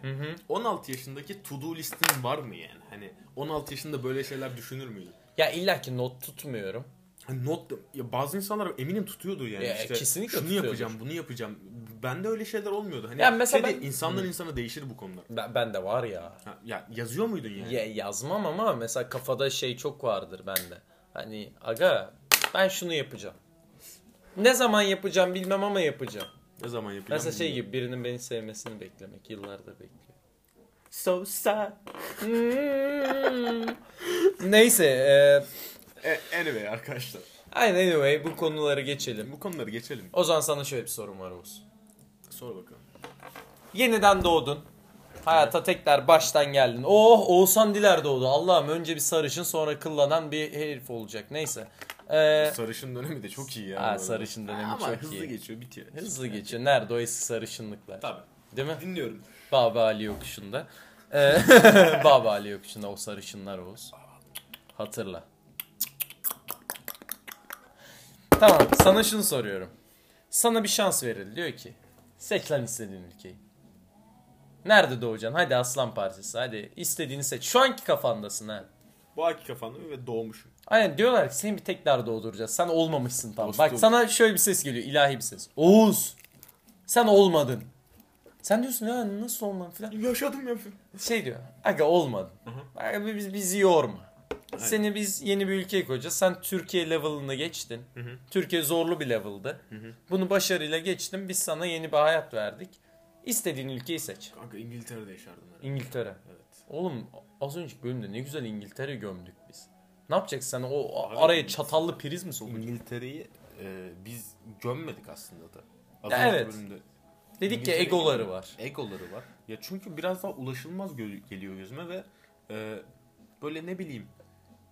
Speaker 1: 16 yaşındaki to do listin var mı yani? Hani 16 yaşında böyle şeyler düşünür müydün?
Speaker 2: Ya illa ki not tutmuyorum.
Speaker 1: Hani not ya bazı insanlar eminim tutuyordur yani
Speaker 2: Ya,
Speaker 1: işte.
Speaker 2: kesinlikle
Speaker 1: şunu
Speaker 2: tutuyordur.
Speaker 1: yapacağım, bunu yapacağım. Bende öyle şeyler olmuyordu. Hani
Speaker 2: Ya mesela
Speaker 1: şey de
Speaker 2: ben-
Speaker 1: insandan insana değişir bu konular.
Speaker 2: Ben, ben de var ya.
Speaker 1: Ha, ya yazıyor muydun yani?
Speaker 2: Ya yazmam ama mesela kafada şey çok vardır bende. Hani aga ben şunu yapacağım. Ne zaman yapacağım bilmem ama yapacağım.
Speaker 1: Ne zaman yapacağım?
Speaker 2: Mesela şey
Speaker 1: bilmiyorum.
Speaker 2: gibi birinin beni sevmesini beklemek. Yıllardır bekliyor.
Speaker 1: So sad.
Speaker 2: Hmm. Neyse. E,
Speaker 1: E, anyway arkadaşlar.
Speaker 2: aynen anyway bu konuları geçelim.
Speaker 1: Bu konuları geçelim.
Speaker 2: O zaman sana şöyle bir sorum var Oğuz.
Speaker 1: Sor bakalım.
Speaker 2: Yeniden doğdun. Hayata tekrar baştan geldin. Oh Oğuzhan Diler doğdu. Allah'ım önce bir sarışın sonra kıllanan bir herif olacak. Neyse. Ee,
Speaker 1: Sarışın dönemi de çok iyi ya.
Speaker 2: Ha,
Speaker 1: bu arada.
Speaker 2: sarışın dönemi
Speaker 1: Ama
Speaker 2: çok
Speaker 1: hızlı
Speaker 2: iyi.
Speaker 1: geçiyor bitiyor.
Speaker 2: hızlı geçiyor. Nerede o eski sarışınlıklar?
Speaker 1: Tabii.
Speaker 2: Değil mi?
Speaker 1: Dinliyorum.
Speaker 2: Baba Ali yokuşunda. Ee, Baba Ali yokuşunda o sarışınlar Oğuz. Hatırla. Tamam sana şunu soruyorum. Sana bir şans verildi diyor ki seç lan istediğin ülkeyi. Nerede doğacaksın? Hadi aslan parçası hadi istediğini seç. Şu anki kafandasın ha.
Speaker 1: Bu aki kafanda ve doğmuşum.
Speaker 2: Aynen diyorlar ki seni bir tekrar doğduracağız. Sen olmamışsın tam.
Speaker 1: Dostum.
Speaker 2: Bak sana şöyle bir ses geliyor. ilahi bir ses. Oğuz sen olmadın. Sen diyorsun ya nasıl olmam filan
Speaker 1: Yaşadım ya.
Speaker 2: şey diyor. Aga olmadın. Aga biz bizi yorma. Seni biz yeni bir ülkeye koyacağız. Sen Türkiye level'ını geçtin. Türkiye zorlu bir level'dı. Bunu başarıyla geçtin. Biz sana yeni bir hayat verdik. İstediğin ülkeyi seç.
Speaker 1: Kanka İngiltere'de yaşardım herhalde.
Speaker 2: İngiltere.
Speaker 1: Evet.
Speaker 2: Oğlum az önceki bölümde ne güzel İngiltere gömdük biz. Ne yapacaksın sen o
Speaker 1: Abi,
Speaker 2: araya çatallı priz mi sokacaksın?
Speaker 1: İngiltere'yi e, biz gömmedik aslında da. Az
Speaker 2: Ya
Speaker 1: önceki
Speaker 2: evet.
Speaker 1: bölümde
Speaker 2: Dedik ya
Speaker 1: Bir şey-
Speaker 2: egoları var.
Speaker 1: Egoları var. Ya çünkü biraz daha ulaşılmaz gö- geliyor gözüme ve e, böyle ne bileyim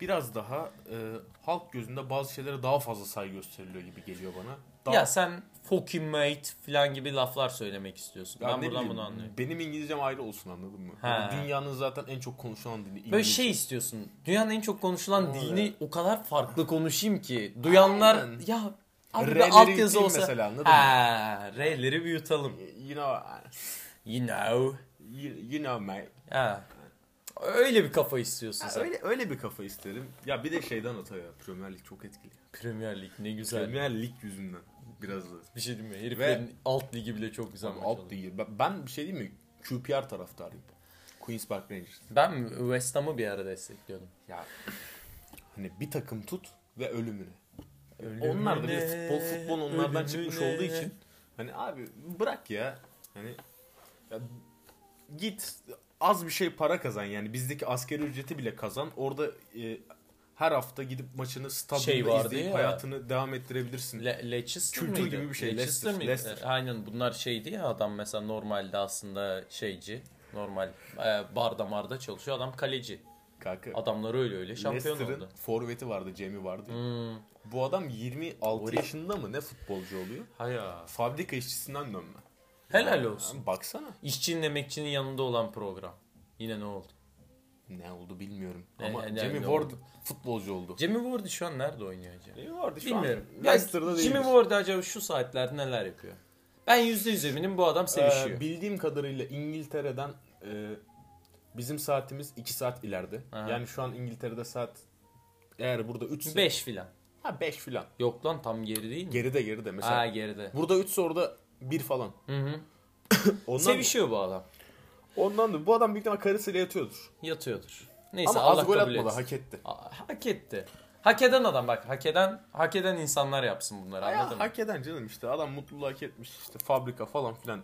Speaker 1: biraz daha e, halk gözünde bazı şeylere daha fazla saygı gösteriliyor gibi geliyor bana. Daha,
Speaker 2: Ya sen fucking mate falan gibi laflar söylemek istiyorsun.
Speaker 1: Ya
Speaker 2: ben
Speaker 1: ne
Speaker 2: buradan
Speaker 1: bileyim,
Speaker 2: bunu anlıyorum.
Speaker 1: Benim İngilizcem ayrı olsun anladın mı?
Speaker 2: He.
Speaker 1: Yani Dünyanın zaten en çok konuşulan dili İngilizce.
Speaker 2: Böyle şey istiyorsun. Dünyanın en çok konuşulan
Speaker 1: Aynen.
Speaker 2: dilini o kadar farklı konuşayım ki duyanlar
Speaker 1: Aynen.
Speaker 2: ya abi
Speaker 1: R'leri
Speaker 2: bir altyazı
Speaker 1: büyüteyim
Speaker 2: olsa.
Speaker 1: mesela, anladın mı?
Speaker 2: ha, R'leri büyütelim.
Speaker 1: You know,
Speaker 2: You know.
Speaker 1: you, you know mate.
Speaker 2: Ha. Öyle bir kafa istiyorsun sen.
Speaker 1: Öyle, öyle bir kafa isterim. Ya bir de şeyden hata ya. Premier Lig çok etkili.
Speaker 2: Premier Lig ne güzel.
Speaker 1: Premier Lig yüzünden biraz da.
Speaker 2: Bir şey diyeyim mi? Heriflerin alt ligi bile çok güzel maç
Speaker 1: Alt
Speaker 2: oldu.
Speaker 1: değil. Ben, ben bir şey diyeyim mi? QPR taraftarıyım. Queens Park Rangers.
Speaker 2: Ben West Ham'ı bir ara destekliyordum.
Speaker 1: Ya hani bir takım tut ve ölümüne.
Speaker 2: Ölümüne,
Speaker 1: onlar da bir futbol futbol onlardan çıkmış
Speaker 2: ölümüne.
Speaker 1: olduğu için hani abi bırak ya. Hani ya git az bir şey para kazan yani bizdeki askeri ücreti bile kazan. Orada e, her hafta gidip maçını stadyumda
Speaker 2: Şey vardı
Speaker 1: izleyip
Speaker 2: ya.
Speaker 1: hayatını devam ettirebilirsin.
Speaker 2: Le- Leicester
Speaker 1: Kültür
Speaker 2: mıydı?
Speaker 1: gibi bir şey.
Speaker 2: Leicester,
Speaker 1: Leicester,
Speaker 2: miydi? E,
Speaker 1: Leicester.
Speaker 2: Aynen bunlar şeydi ya adam mesela normalde aslında şeyci. Normal e, barda marda çalışıyor adam kaleci.
Speaker 1: Kanka.
Speaker 2: Adamlar öyle öyle şampiyon
Speaker 1: Leicester'ın
Speaker 2: oldu.
Speaker 1: forveti vardı, Cemi vardı.
Speaker 2: Hmm.
Speaker 1: Bu adam 26
Speaker 2: Oraya-
Speaker 1: yaşında mı ne futbolcu oluyor?
Speaker 2: Haya.
Speaker 1: Fabrika işçisinden dönme.
Speaker 2: Helal
Speaker 1: Ya,
Speaker 2: olsun.
Speaker 1: Baksana.
Speaker 2: İşçinin emekçinin yanında olan program. Yine ne oldu?
Speaker 1: Ne oldu bilmiyorum.
Speaker 2: Ne-
Speaker 1: Ama
Speaker 2: ne-
Speaker 1: Jamie
Speaker 2: ne
Speaker 1: Ward
Speaker 2: oldu?
Speaker 1: futbolcu oldu.
Speaker 2: Jimmy Ward şu an nerede oynuyor acaba?
Speaker 1: Jamie Ward şu
Speaker 2: Bilmiyorum.
Speaker 1: an
Speaker 2: Ya
Speaker 1: Leicester'da değil.
Speaker 2: Jimmy Ward acaba şu saatlerde neler yapıyor? Ben %100 eminim bu adam sevişiyor.
Speaker 1: Ee, bildiğim kadarıyla İngiltere'den e, bizim saatimiz 2 saat ileride.
Speaker 2: Aha.
Speaker 1: Yani şu an İngiltere'de saat eğer burada 3 ise
Speaker 2: 5 filan.
Speaker 1: ha 5 filan.
Speaker 2: Yok lan tam geri değil mi?
Speaker 1: Geride geride mesela.
Speaker 2: Aa geride.
Speaker 1: Burada 3 ise orada 1 falan.
Speaker 2: Hı hı.
Speaker 1: Ondan
Speaker 2: Sevişiyor bu adam.
Speaker 1: ondan da bu adam büyük ihtimal karısıyla yatıyordur.
Speaker 2: Yatıyordur. Neyse
Speaker 1: Ama
Speaker 2: Allah
Speaker 1: az gol
Speaker 2: kabul
Speaker 1: atmadı,
Speaker 2: etsin.
Speaker 1: hak etti.
Speaker 2: Aa, hak etti. Hak eden adam bak hak eden hak eden insanlar yapsın bunları
Speaker 1: Ya,
Speaker 2: anladın mı?
Speaker 1: hak eden canım işte adam mutluluğu hak etmiş işte fabrika falan filan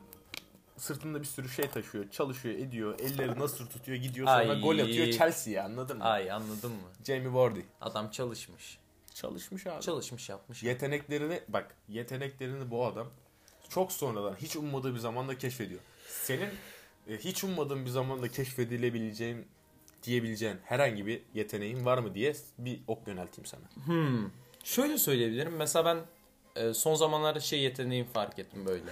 Speaker 1: sırtında bir sürü şey taşıyor çalışıyor ediyor elleri nasıl tutuyor gidiyor sonra
Speaker 2: Ay.
Speaker 1: gol atıyor Chelsea'ye anladın mı?
Speaker 2: Ay anladın mı?
Speaker 1: Jamie Vardy
Speaker 2: Adam çalışmış.
Speaker 1: çalışmış abi.
Speaker 2: Çalışmış yapmış.
Speaker 1: yeteneklerini bak yeteneklerini bu adam çok sonradan hiç ummadığı bir zamanda keşfediyor. Senin e, hiç ummadığın bir zamanda keşfedilebileceğin diyebileceğin herhangi bir yeteneğin var mı diye bir ok yönelteyim sana.
Speaker 2: Hmm. Şöyle söyleyebilirim. Mesela ben e, son zamanlarda şey yeteneğimi fark ettim böyle.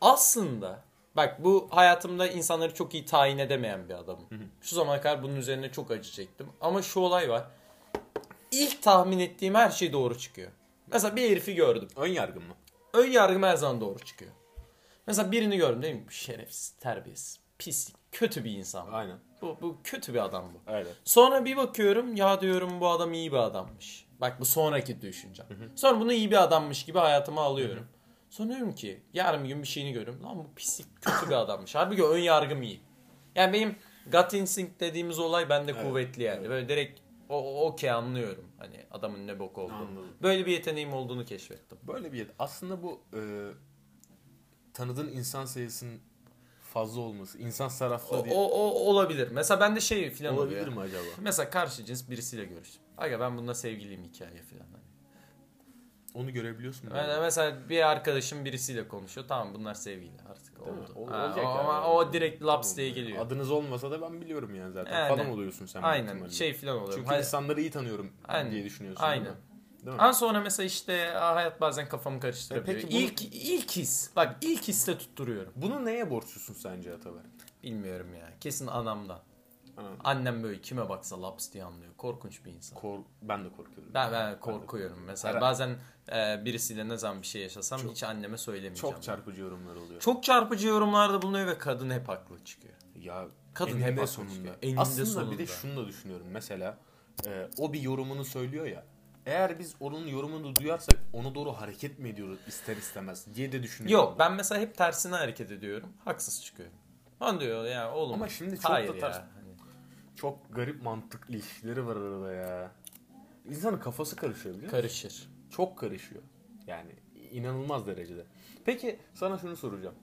Speaker 2: Aslında bak bu hayatımda insanları çok iyi tayin edemeyen bir adamım. Şu zamana kadar bunun üzerine çok acı çektim. Ama şu olay var. İlk tahmin ettiğim her şey doğru çıkıyor. Mesela bir herifi gördüm.
Speaker 1: Ön yargın mı?
Speaker 2: Ön yargım her zaman doğru çıkıyor. Mesela birini gördüm değil mi? Şerefsiz, terbiyesiz, pislik, kötü bir insan. bu.
Speaker 1: Aynen.
Speaker 2: Bu, bu kötü bir adam bu.
Speaker 1: Aynen.
Speaker 2: Sonra bir bakıyorum ya diyorum bu adam iyi bir adammış. Bak bu sonraki düşüncem. Sonra bunu iyi bir adammış gibi hayatıma alıyorum. Sonra diyorum ki yarın bir gün bir şeyini görüyorum. Lan bu pislik kötü bir adammış. Halbuki ön yargım iyi. Yani benim gut instinct dediğimiz olay bende kuvvetli yani. Böyle direkt o o- okey anlıyorum. Hani adamın ne bok olduğunu.
Speaker 1: Anladım.
Speaker 2: Böyle bir yeteneğim olduğunu keşfettim.
Speaker 1: Böyle bir yet- Aslında bu e, tanıdığın insan sayısının fazla olması, insan
Speaker 2: O,
Speaker 1: saraflı diye
Speaker 2: o, o olabilir. Mesela bende şey filan oluyor.
Speaker 1: olabilir mi acaba?
Speaker 2: Mesela karşı cins birisiyle görüştüm. Aga ben bununla sevgiliyim hikaye filan. Hani.
Speaker 1: Onu görebiliyorsun. mu?
Speaker 2: Yani mesela bir arkadaşım birisiyle konuşuyor. Tamam bunlar sevgili artık
Speaker 1: Değil mi?
Speaker 2: oldu.
Speaker 1: Ol-
Speaker 2: Ha,
Speaker 1: olacak yani.
Speaker 2: ama o direkt laps diye
Speaker 1: Tamam. e,
Speaker 2: geliyor.
Speaker 1: Adınız olmasa da ben biliyorum yani zaten.
Speaker 2: Aynen.
Speaker 1: Falan oluyorsun sen. büyük
Speaker 2: Aynen
Speaker 1: ihtimalle.
Speaker 2: şey filan oluyor.
Speaker 1: Çünkü
Speaker 2: Hay-
Speaker 1: insanları iyi tanıyorum
Speaker 2: Aynen.
Speaker 1: diye düşünüyorsun.
Speaker 2: Aynen.
Speaker 1: Değil mi? Değil mi?
Speaker 2: Ama sonra mesela işte "Aa, hayat bazen kafamı karıştırabiliyor.
Speaker 1: E peki bunu-
Speaker 2: ilk ilk his. Bak ilk hisse tutturuyorum.
Speaker 1: Bunu neye borçlusun sence Ataber?
Speaker 2: Bilmiyorum ya. Kesin anamdan.
Speaker 1: Anam.
Speaker 2: Annem böyle kime baksa laps diye anlıyor. Korkunç bir insan.
Speaker 1: Kor ben de korkuyorum.
Speaker 2: Ben, ben korkuyorum. Mesela
Speaker 1: Herhalde.
Speaker 2: bazen e, birisiyle ne zaman bir şey yaşasam
Speaker 1: Çok-
Speaker 2: hiç anneme söylemeyeceğim.
Speaker 1: Çok çarpıcı yorumlar oluyor.
Speaker 2: Çok çarpıcı yorumlarda bulunuyor ve kadın hep haklı çıkıyor.
Speaker 1: Ya
Speaker 2: Kadın
Speaker 1: eninde
Speaker 2: hep haklı
Speaker 1: sonunda.
Speaker 2: çıkıyor. Eninde
Speaker 1: Aslında bir
Speaker 2: sonunda.
Speaker 1: de şunu da düşünüyorum. Mesela e, o bir yorumunu söylüyor ya. Eğer biz onun yorumunu duyarsak ona doğru hareket mi ediyoruz ister istemez diye de düşünüyorum.
Speaker 2: Yok ben mesela hep tersine hareket ediyorum. Haksız çıkıyorum. Ben diyor ya oğlum.
Speaker 1: Ama şimdi çok
Speaker 2: hayır
Speaker 1: da ters-
Speaker 2: ya. Hani
Speaker 1: Çok garip mantık ilişkileri var arada ya. İnsanın kafası karışıyor biliyor musun?
Speaker 2: karışır.
Speaker 1: Çok karışıyor. Yani inanılmaz derecede. Peki sana şunu soracağım.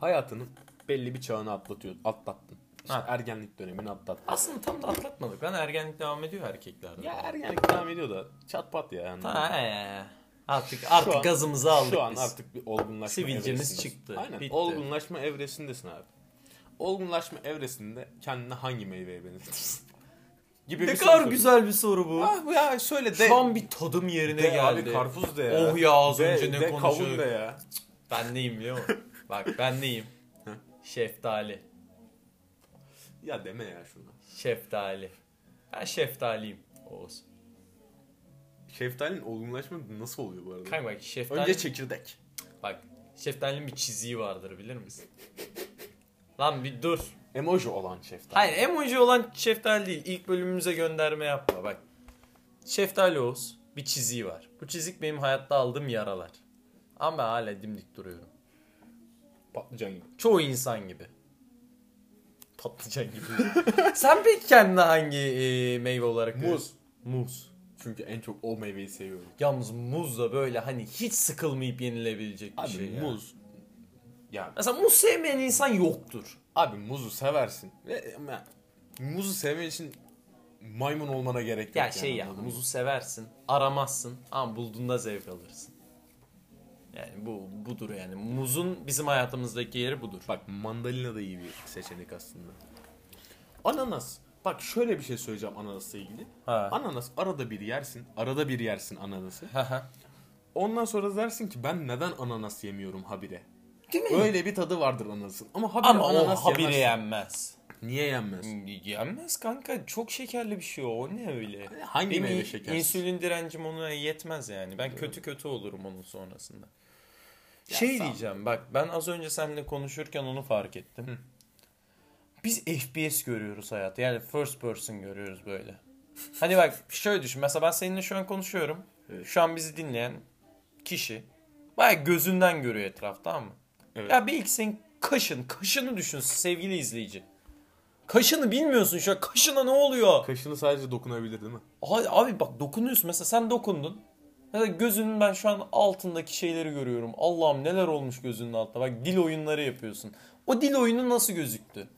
Speaker 1: Hayatının belli bir çağını atlatıyor, atlattın. İşte
Speaker 2: Ha.
Speaker 1: ergenlik dönemini atlattın.
Speaker 2: Aslında tam da
Speaker 1: er-
Speaker 2: atlatmadık lan ergenlik devam ediyor erkeklerde.
Speaker 1: Ya ergenlik devam ediyor da çat pat ya. Yani.
Speaker 2: Ta, he. Artık artık
Speaker 1: Şu an-
Speaker 2: gazımızı aldık
Speaker 1: Şu an
Speaker 2: biz.
Speaker 1: artık bir olgunlaşma
Speaker 2: Sivilcemiz
Speaker 1: evresindesin.
Speaker 2: çıktı,
Speaker 1: Aynen.
Speaker 2: bitti.
Speaker 1: Olgunlaşma evresindesin abi. Olgunlaşma evresinde kendine hangi meyveye benzetirsin? Gibi
Speaker 2: Ne
Speaker 1: bir
Speaker 2: kadar
Speaker 1: soru
Speaker 2: güzel bir soru bu.
Speaker 1: soruyorum. Ah bu ya şöyle de.
Speaker 2: Şu an bir tadım yerine
Speaker 1: de
Speaker 2: geldi.
Speaker 1: Abi karpuz de ya.
Speaker 2: Oh ya az
Speaker 1: de,
Speaker 2: önce ne
Speaker 1: de kavun
Speaker 2: konuşuyorduk.
Speaker 1: de ya.
Speaker 2: Ben neyim biliyor musun? Bak ben neyim? şeftali.
Speaker 1: Ya deme ya şunu.
Speaker 2: Şeftali. Ben şeftaliyim. Oğuz.
Speaker 1: Şeftalinin olgunlaşma nasıl oluyor bu arada?
Speaker 2: Kanka bak şeftali...
Speaker 1: Önce çekirdek.
Speaker 2: Bak şeftalinin bir çiziği vardır bilir misin? Lan bir dur.
Speaker 1: Emoji olan şeftali.
Speaker 2: Hayır e- emoji olan şeftali değil. İlk bölümümüze gönderme yapma bak. Şeftali Oğuz bir çiziği var. Bu çizik benim hayatta aldığım yaralar. Ama ben hala dimdik duruyorum.
Speaker 1: Patlıcan gibi.
Speaker 2: Çoğu insan gibi. Patlıcan gibi. Sen peki kendine hangi e, meyve olarak
Speaker 1: Muz.
Speaker 2: görüyorsun? Muz.
Speaker 1: Çünkü en çok o meyveyi seviyorum.
Speaker 2: Yalnız muz da böyle hani hiç sıkılmayıp yenilebilecek bir
Speaker 1: Abi
Speaker 2: şey ya.
Speaker 1: muz. Ya
Speaker 2: Mesela muz sevmeyen insan yoktur.
Speaker 1: abi muzu seversin. Ve- ama Muzu sevmen için maymun olmana gerek yok.
Speaker 2: Ya şey
Speaker 1: yani,
Speaker 2: ya
Speaker 1: anladın mı?
Speaker 2: muzu seversin, aramazsın ama bulduğunda zevk alırsın. Yani bu budur yani. Muzun bizim hayatımızdaki yeri budur.
Speaker 1: Bak mandalina da iyi bir seçenek aslında. Ananas. Bak şöyle bir şey söyleyeceğim ananasla ilgili.
Speaker 2: Ha.
Speaker 1: Ananas arada bir yersin. Arada bir yersin ananası.
Speaker 2: Haha.
Speaker 1: Ondan sonra dersin ki ben neden ananas yemiyorum habire?
Speaker 2: Değil
Speaker 1: Öyle bir tadı vardır ananasın. Ama habire
Speaker 2: Ama o
Speaker 1: ananas
Speaker 2: habire
Speaker 1: yemezsin.
Speaker 2: yenmez.
Speaker 1: Niye yenmez?
Speaker 2: Hmm, Yenmez kanka. Çok şekerli bir şey o. O ne öyle?
Speaker 1: Hangi
Speaker 2: Benim
Speaker 1: meyve şekersiz?
Speaker 2: insülin direncim ona yetmez yani. Ben kötü kötü olurum onun sonrasında.
Speaker 1: Ya
Speaker 2: şey
Speaker 1: sağ ol.
Speaker 2: diyeceğim bak ben az önce seninle konuşurken onu fark ettim. Biz FPS görüyoruz hayatı. Yani first person görüyoruz böyle. hani bak şöyle düşün. Mesela ben seninle şu an konuşuyorum.
Speaker 1: Evet.
Speaker 2: Şu an bizi dinleyen kişi baya gözünden görüyor etraf tamam mı?
Speaker 1: Evet.
Speaker 2: Ya bir ilk senin kaşın, kaşını düşün sevgili izleyici. Kaşını bilmiyorsun şu an. Kaşına ne oluyor?
Speaker 1: Kaşını sadece dokunabilir değil mi?
Speaker 2: Abi, abi bak dokunuyorsun. Mesela sen dokundun. Mesela gözünün ben şu an altındaki şeyleri görüyorum. Allah'ım neler olmuş gözünün altında. Bak dil oyunları yapıyorsun. O dil oyunu nasıl gözüktü?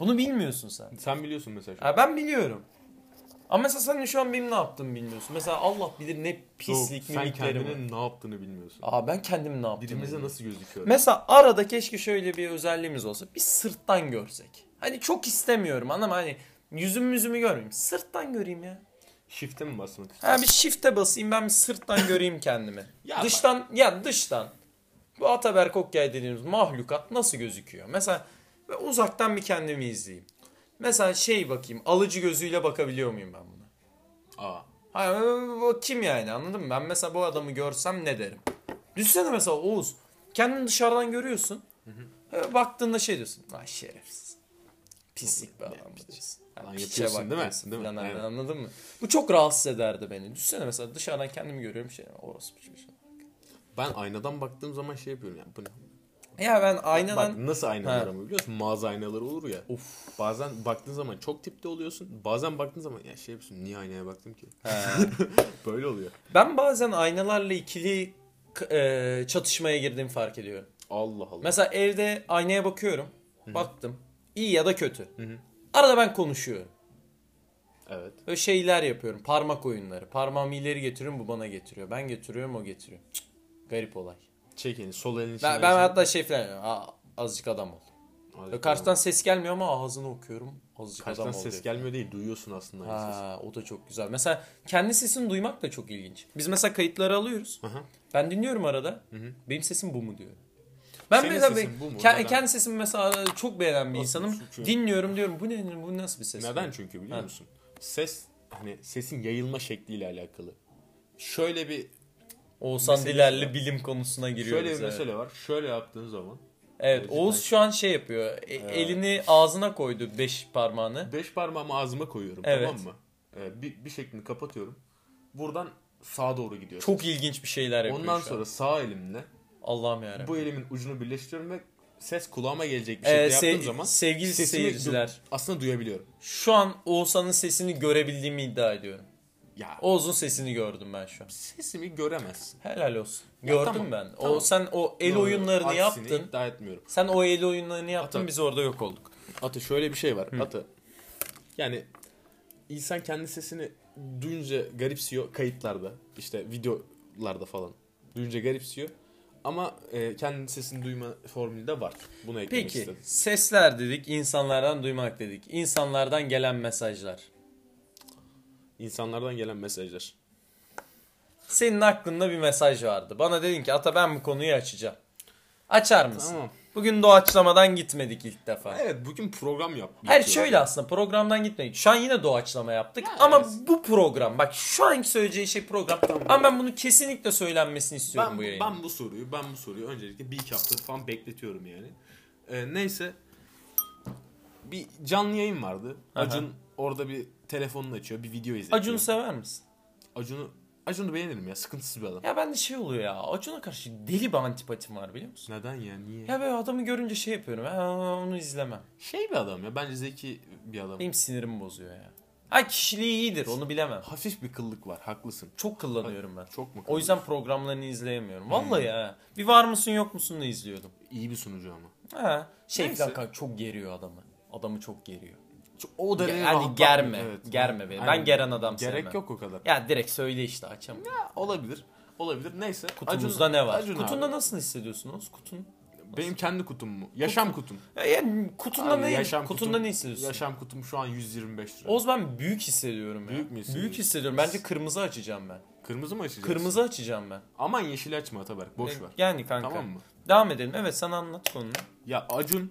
Speaker 2: Bunu bilmiyorsun sen.
Speaker 1: Sen biliyorsun mesela. şu an.
Speaker 2: Ha, ben biliyorum. Ama mesela senin şu an benim ne yaptığımı bilmiyorsun. Mesela Allah bilir ne pislik
Speaker 1: Doğru, Sen
Speaker 2: mimiklerim var.
Speaker 1: kendinin ne yaptığını bilmiyorsun.
Speaker 2: Aa ben kendim ne yaptığımı
Speaker 1: Dilimize
Speaker 2: bilmiyorum.
Speaker 1: nasıl gözüküyor?
Speaker 2: Mesela arada keşke şöyle bir özelliğimiz olsa. Bir sırttan görsek. Hani çok istemiyorum anlama hani yüzüm yüzümü görmeyeyim. Sırttan göreyim ya.
Speaker 1: Shift'e mi basmak istiyorsun?
Speaker 2: Ha bir shift'e basayım ben bir sırttan göreyim kendimi.
Speaker 1: Ya bak-
Speaker 2: dıştan ya dıştan. Bu Ataberk Okyay dediğimiz mahlukat nasıl gözüküyor? Mesela ben uzaktan bir kendimi izleyeyim. Mesela şey bakayım alıcı gözüyle bakabiliyor muyum ben buna?
Speaker 1: Aa.
Speaker 2: Hayır bu kim yani anladın mı? Ben mesela bu adamı görsem ne derim? Düşünsene mesela Oğuz. Kendini dışarıdan görüyorsun. E, Baktığında şey diyorsun. Ay şerefsiz. Pislik bir adam. bu diyorsun. Ha,
Speaker 1: Lan
Speaker 2: piçe
Speaker 1: yapıyorsun
Speaker 2: bak
Speaker 1: değil mi?
Speaker 2: diyorsun
Speaker 1: Değil mi?
Speaker 2: falan, hani
Speaker 1: Aynen.
Speaker 2: Anladın mı? Bu çok rahatsız ederdi beni. Düşünsene mesela dışarıdan kendimi görüyorum şey. Orası bir şey.
Speaker 1: Ben aynadan baktığım zaman şey yapıyorum yani. Bu ne?
Speaker 2: Ya ben
Speaker 1: Bak
Speaker 2: aynadan
Speaker 1: nasıl aynalar
Speaker 2: Ha.
Speaker 1: ama biliyor musun? Mağaza aynaları olur ya. Of. Bazen baktığın zaman çok tipte oluyorsun. Bazen baktığın zaman ya şey yapıyorsun. Niye aynaya baktım ki? Böyle oluyor.
Speaker 2: ben bazen aynalarla ikili k- e, çatışmaya girdiğimi fark ediyorum.
Speaker 1: Allah Allah.
Speaker 2: Mesela evde aynaya bakıyorum. Baktım. İyi ya da kötü.
Speaker 1: hı.
Speaker 2: Arada ben konuşuyorum.
Speaker 1: evet.
Speaker 2: Böyle şeyler yapıyorum. Parmak oyunları. Parmağımı ileri getiriyorum bu bana getiriyor. Ben getiriyorum o getiriyor. Cık, garip olay.
Speaker 1: Çek elini. Sol elini
Speaker 2: Ben, ben hatta şey falan yapıyorum. Aa, azıcık adam ol. Böyle karşıdan ses gelmiyor ama ağzını okuyorum. Azıcık
Speaker 1: Karşıdan
Speaker 2: adam ol.
Speaker 1: ses
Speaker 2: diyor.
Speaker 1: gelmiyor değil. Duyuyorsun aslında. aynı sesi.
Speaker 2: Ha, o da çok güzel. Mesela kendi sesini duymak da çok ilginç. Biz mesela kayıtları alıyoruz.
Speaker 1: Aha.
Speaker 2: Ben dinliyorum arada. Benim sesim bu mu diyor. Ben
Speaker 1: Senin
Speaker 2: mesela
Speaker 1: sesin
Speaker 2: be-
Speaker 1: bu mu?
Speaker 2: ke-
Speaker 1: Neden?
Speaker 2: kendi sesimi mesela çok beğenen bir
Speaker 1: Nasıl
Speaker 2: insanım.
Speaker 1: suçu?
Speaker 2: Dinliyorum diyorum bu ne bu nasıl bir ses?
Speaker 1: Neden çünkü biliyor
Speaker 2: Ha.
Speaker 1: musun? Ses hani sesin yayılma şekliyle alakalı. Şöyle bir
Speaker 2: Oğuzhan
Speaker 1: Meselesi
Speaker 2: Diler'le bilim konusuna giriyoruz.
Speaker 1: şöyle bir
Speaker 2: evet.
Speaker 1: mesele var. Şöyle yaptığın zaman
Speaker 2: Evet
Speaker 1: Cidden.
Speaker 2: Oğuz şu an şey yapıyor. E- elini ağzına koydu beş parmağını.
Speaker 1: beş parmağımı ağzıma koyuyorum
Speaker 2: Evet.
Speaker 1: tamam mı? Ee, bir, bir şeklini kapatıyorum. Buradan sağa doğru gidiyor.
Speaker 2: Çok ilginç bir şeyler yapıyor
Speaker 1: Ondan
Speaker 2: şu
Speaker 1: sonra
Speaker 2: an.
Speaker 1: sağ elimle
Speaker 2: Allah'ım yarabbim.
Speaker 1: bu elimin ucunu birleştiriyorum ve ses kulağıma gelecek bir
Speaker 2: Ee,
Speaker 1: şekilde
Speaker 2: se-
Speaker 1: yaptığım zaman
Speaker 2: sevgili
Speaker 1: sesimi
Speaker 2: seyirciler.
Speaker 1: du- aslında duyabiliyorum.
Speaker 2: Şu an Oğuzhan'ın sesini görebildiğimi iddia ediyorum.
Speaker 1: Ya
Speaker 2: Oğuz'un sesini gördüm ben şu an.
Speaker 1: sesimi göremezsin.
Speaker 2: Helal olsun.
Speaker 1: Ya
Speaker 2: Gördüm
Speaker 1: tamam,
Speaker 2: ben. O
Speaker 1: tamam.
Speaker 2: sen o el
Speaker 1: Doğru,
Speaker 2: oyunlarını
Speaker 1: aksini
Speaker 2: yaptın.
Speaker 1: iddia etmiyorum.
Speaker 2: Sen o el oyunlarını yaptın
Speaker 1: Hatta-
Speaker 2: biz orada yok olduk.
Speaker 1: Atı şöyle bir şey var. Atı. Yani insan kendi sesini duyunca garipsiyor kayıtlarda. işte videolarda falan. Duyunca garipsiyor. Ama e, kendi sesini duyma formülü de var. Bunu eklemek
Speaker 2: Peki
Speaker 1: istedim.
Speaker 2: sesler dedik, insanlardan duymak dedik. İnsanlardan gelen mesajlar.
Speaker 1: İnsanlardan gelen mesajlar.
Speaker 2: Senin aklında bir mesaj vardı. Bana dedin ki ata ben bu konuyu açacağım. Açar mısın?
Speaker 1: Tamam.
Speaker 2: Bugün doğaçlamadan gitmedik ilk defa.
Speaker 1: Evet bugün program yap.
Speaker 2: Her şöyle aslında programdan gitmedik. Şu an yine doğaçlama yaptık ama bu program bak şu anki söyleyeceği şey program. Ama ben bunu kesinlikle söylenmesini istiyorum
Speaker 1: ben,
Speaker 2: bu yayında.
Speaker 1: ben bu soruyu, ben bu soruyu öncelikle bir iki hafta falan bekletiyorum yani. Ee, neyse. Bir canlı yayın vardı.
Speaker 2: Aha.
Speaker 1: Acun orada bir telefonunu açıyor, bir video izliyor.
Speaker 2: Acun'u sever misin?
Speaker 1: Acun'u Acun'u beğenirim ya, sıkıntısız bir adam.
Speaker 2: Ya bende şey oluyor ya. Acun'a karşı deli bir antipatim var biliyor musun?
Speaker 1: Neden ya, niye?
Speaker 2: Ya böyle adamı görünce şey yapıyorum. "Ha, onu izlemem.
Speaker 1: Şey bir adam ya, bence zeki bir adam.
Speaker 2: Benim sinirimi bozuyor ya. Ha kişiliği iyidir onu bilemem.
Speaker 1: Hafif bir kıllık var, haklısın.
Speaker 2: Çok kullanıyorum ben.
Speaker 1: Çok mu Hmm. kıllık?
Speaker 2: O yüzden programlarını izleyemiyorum. Vallahi ya. Bir var mısın yok musun da izliyordum.
Speaker 1: iyi bir sunucu ama.
Speaker 2: Ha. Şey
Speaker 1: Neyse.
Speaker 2: kanka çok geriyor adamı. Adamı çok geriyor.
Speaker 1: Çok- O da
Speaker 2: Yani germe. Germe beni. Ben geren adam
Speaker 1: Gerek
Speaker 2: sevmem.
Speaker 1: yok o kadar.
Speaker 2: Ya direkt söyle işte açam.
Speaker 1: Ya, olabilir. Olabilir. Neyse.
Speaker 2: Kutumuzda ne var?
Speaker 1: Acun
Speaker 2: Kutunda
Speaker 1: abi.
Speaker 2: nasıl hissediyorsunuz? Kutun.
Speaker 1: Benim kendi kutum mu? Yaşam kutum.
Speaker 2: Ya Yani kutunda
Speaker 1: Abi
Speaker 2: ne?
Speaker 1: yaşam
Speaker 2: kutunda
Speaker 1: kutum-
Speaker 2: ne hissediyorsun?
Speaker 1: Yaşam kutum şu an 125 lira.
Speaker 2: Oz ben büyük hissediyorum ya.
Speaker 1: Büyük mü hissediyorsun?
Speaker 2: Büyük hissediyorum. Bence kırmızı açacağım ben.
Speaker 1: Kırmızı mı açacaksın?
Speaker 2: Kırmızı açacağım ben.
Speaker 1: Aman yeşil açma Ataberk boş ver.
Speaker 2: Yani kanka.
Speaker 1: Tamam mı?
Speaker 2: Devam edelim. Evet sen anlat konuyu.
Speaker 1: Ya Acun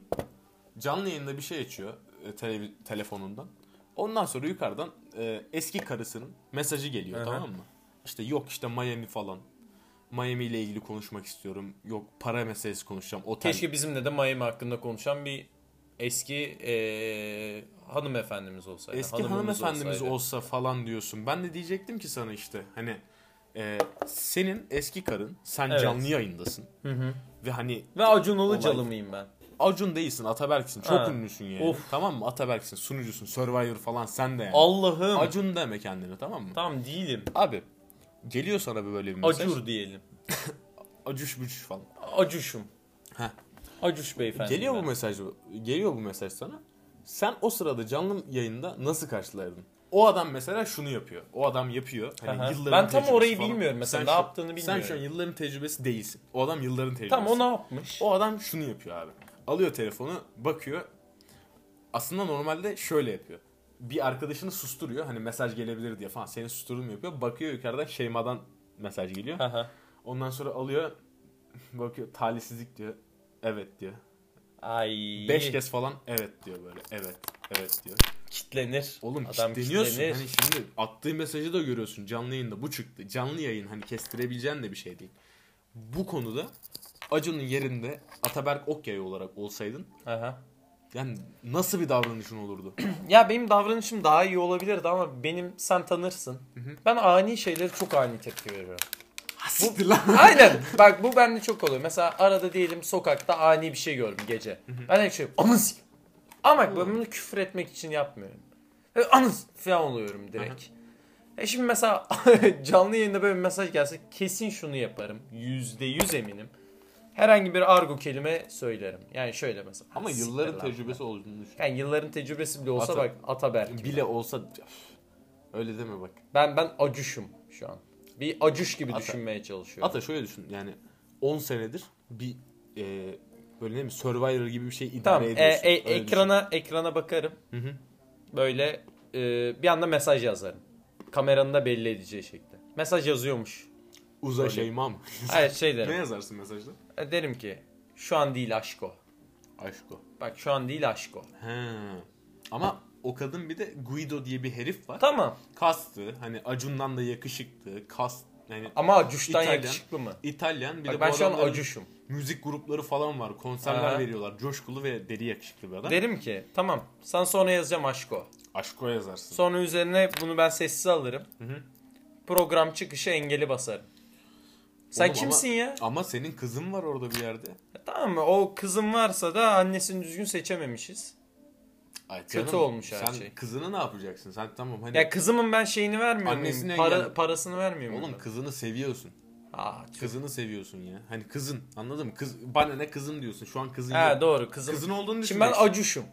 Speaker 1: canlı yayında bir şey açıyor e, televi- telefonundan. Ondan sonra yukarıdan e, eski karısının mesajı geliyor
Speaker 2: Hı hı.
Speaker 1: tamam mı? İşte yok işte Miami falan. Miami ile ilgili konuşmak istiyorum. Yok para meselesi konuşacağım. Otel.
Speaker 2: Keşke bizimle de Miami hakkında konuşan bir eski eee, hanımefendimiz olsaydı.
Speaker 1: Eski
Speaker 2: hanımımız
Speaker 1: hanımefendimiz
Speaker 2: olsaydı.
Speaker 1: olsa falan diyorsun. Ben de diyecektim ki sana işte hani e, senin eski karın sen
Speaker 2: Evet.
Speaker 1: canlı yayındasın.
Speaker 2: Hı hı.
Speaker 1: Ve hani
Speaker 2: Ve Acun Ilıcalı mıyım ben?
Speaker 1: Acun değilsin Ataberk'sin çok
Speaker 2: Ha.
Speaker 1: ünlüsün yani.
Speaker 2: Of.
Speaker 1: Tamam mı Ataberk'sin sunucusun Survivor falan sen de yani.
Speaker 2: Allah'ım.
Speaker 1: Acun deme kendine tamam mı?
Speaker 2: Tamam değilim.
Speaker 1: Abi geliyor sana böyle bir mesaj.
Speaker 2: Acur diyelim.
Speaker 1: Acuş bücüş falan.
Speaker 2: Acuşum.
Speaker 1: Heh.
Speaker 2: Acuş beyefendi.
Speaker 1: Geliyor
Speaker 2: ben.
Speaker 1: bu mesaj geliyor bu mesaj sana. Sen o sırada canlı yayında nasıl karşılardın? O adam mesela şunu yapıyor. O adam yapıyor. Hani
Speaker 2: Aha.
Speaker 1: yılların
Speaker 2: Ben tam
Speaker 1: tecrübesi
Speaker 2: orayı
Speaker 1: falan.
Speaker 2: bilmiyorum mesela, ne
Speaker 1: şu-
Speaker 2: yaptığını
Speaker 1: Sen şu an
Speaker 2: bilmiyorum.
Speaker 1: yılların tecrübesi değilsin. O adam yılların tecrübesi.
Speaker 2: Tamam o ne yapmış?
Speaker 1: O adam şunu yapıyor abi. Alıyor telefonu, bakıyor. Aslında normalde şöyle yapıyor. Bir arkadaşını susturuyor. Hani mesaj gelebilir diye falan. Seni susturulmuyor yapıyor. Bakıyor yukarıdan Şeyma'dan mesaj geliyor.
Speaker 2: Aha.
Speaker 1: Ondan sonra alıyor. Bakıyor talihsizlik diyor. Evet diyor.
Speaker 2: Ay.
Speaker 1: Beş kez falan evet diyor böyle. Evet. Evet diyor.
Speaker 2: kitlenir.
Speaker 1: Oğlum
Speaker 2: Adam
Speaker 1: kitleniyorsun.
Speaker 2: kitlenir.
Speaker 1: Hani şimdi attığı mesajı da görüyorsun. Canlı yayında bu çıktı. Canlı yayın hani kestirebileceğin de bir şey değil. Bu konuda Acun'un yerinde Ataberk Okyay olarak olsaydın
Speaker 2: Aha.
Speaker 1: yani nasıl bir davranışın olurdu?
Speaker 2: Ya benim davranışım daha iyi olabilirdi ama benim sen tanırsın. Ben ani şeyleri çok ani tepki veriyorum.
Speaker 1: Siktir lan.
Speaker 2: Aynen. Bak bu bende çok oluyor. Mesela arada diyelim sokakta ani bir şey gördüm gece. Ben hep şey aman s- Ama ben bunu küfür etmek için yapmıyorum. Böyle Aman s- falan oluyorum direkt. E şimdi mesela canlı yayında böyle bir mesaj gelse kesin şunu yaparım. Yüzde yüz eminim. Herhangi bir argo kelime söylerim. Yani şöyle mesela.
Speaker 1: Ama
Speaker 2: "Siktir
Speaker 1: yılların
Speaker 2: lan."
Speaker 1: tecrübesi olduğunu düşün.
Speaker 2: Yani yılların tecrübesi bile olsa
Speaker 1: Ata-
Speaker 2: bak Ataberk.
Speaker 1: Bile olsa Üf, öyle deme bak.
Speaker 2: Ben ben acuşum şu an. Bir acuş gibi
Speaker 1: Ata-
Speaker 2: düşünmeye çalışıyorum.
Speaker 1: Hatta şöyle düşün yani 10 senedir bir e, böyle ne mi Survivor gibi bir şey idare
Speaker 2: Tamam. e,
Speaker 1: ediyorsun.
Speaker 2: e,
Speaker 1: Öyle düşün.
Speaker 2: ekrana ekrana bakarım.
Speaker 1: hı.
Speaker 2: Böyle e, bir anda mesaj yazarım. Kameranın da belli edeceği şekilde. Mesaj yazıyormuş.
Speaker 1: Uza
Speaker 2: Öyle.
Speaker 1: Şeyma mı?
Speaker 2: Hayır şey
Speaker 1: ne
Speaker 2: derim.
Speaker 1: yazarsın mesajda?
Speaker 2: E, derim ki şu an değil aşko.
Speaker 1: Aşko.
Speaker 2: Bak şu an değil aşko.
Speaker 1: He. Ama o kadın bir de Guido diye bir herif var.
Speaker 2: Tamam.
Speaker 1: Kastı. Hani Acun'dan da yakışıktı. Kast. Yani
Speaker 2: Ama acuştan
Speaker 1: İtalyan.
Speaker 2: yakışıklı mı?
Speaker 1: İtalyan bir de
Speaker 2: Bak
Speaker 1: bu
Speaker 2: ben şu an
Speaker 1: adamların
Speaker 2: acuşum.
Speaker 1: müzik grupları falan var. Konserler
Speaker 2: Aha.
Speaker 1: veriyorlar. Coşkulu ve deri yakışıklı bir adam.
Speaker 2: Derim ki tamam sen sonra yazacağım aşko.
Speaker 1: Aşko yazarsın.
Speaker 2: Sonra üzerine bunu ben sessiz alırım. Program çıkışı engeli basarım. Sen
Speaker 1: Oğlum ama-
Speaker 2: kimsin ya?
Speaker 1: Ama senin kızın var orada bir yerde.
Speaker 2: Tamam mı? O kızım varsa da annesini düzgün seçememişiz.
Speaker 1: Ay
Speaker 2: Kötü
Speaker 1: canım,
Speaker 2: olmuş her
Speaker 1: sen
Speaker 2: şey.
Speaker 1: kızını ne yapacaksın? Sen tamam hani.
Speaker 2: Ya kızımın ben şeyini vermiyor
Speaker 1: Annesine
Speaker 2: muyum? Para-
Speaker 1: engel-
Speaker 2: Parasını vermiyor muyum?
Speaker 1: Oğlum
Speaker 2: ben?
Speaker 1: kızını seviyorsun.
Speaker 2: Aa, tüh.
Speaker 1: Kızını seviyorsun ya. Hani kızın. Anladın mı? Kız bana ne kızım diyorsun. Şu an kızın
Speaker 2: He
Speaker 1: yok.
Speaker 2: doğru kızım.
Speaker 1: Kızın olduğunu düşün.
Speaker 2: Şimdi ben acuşum.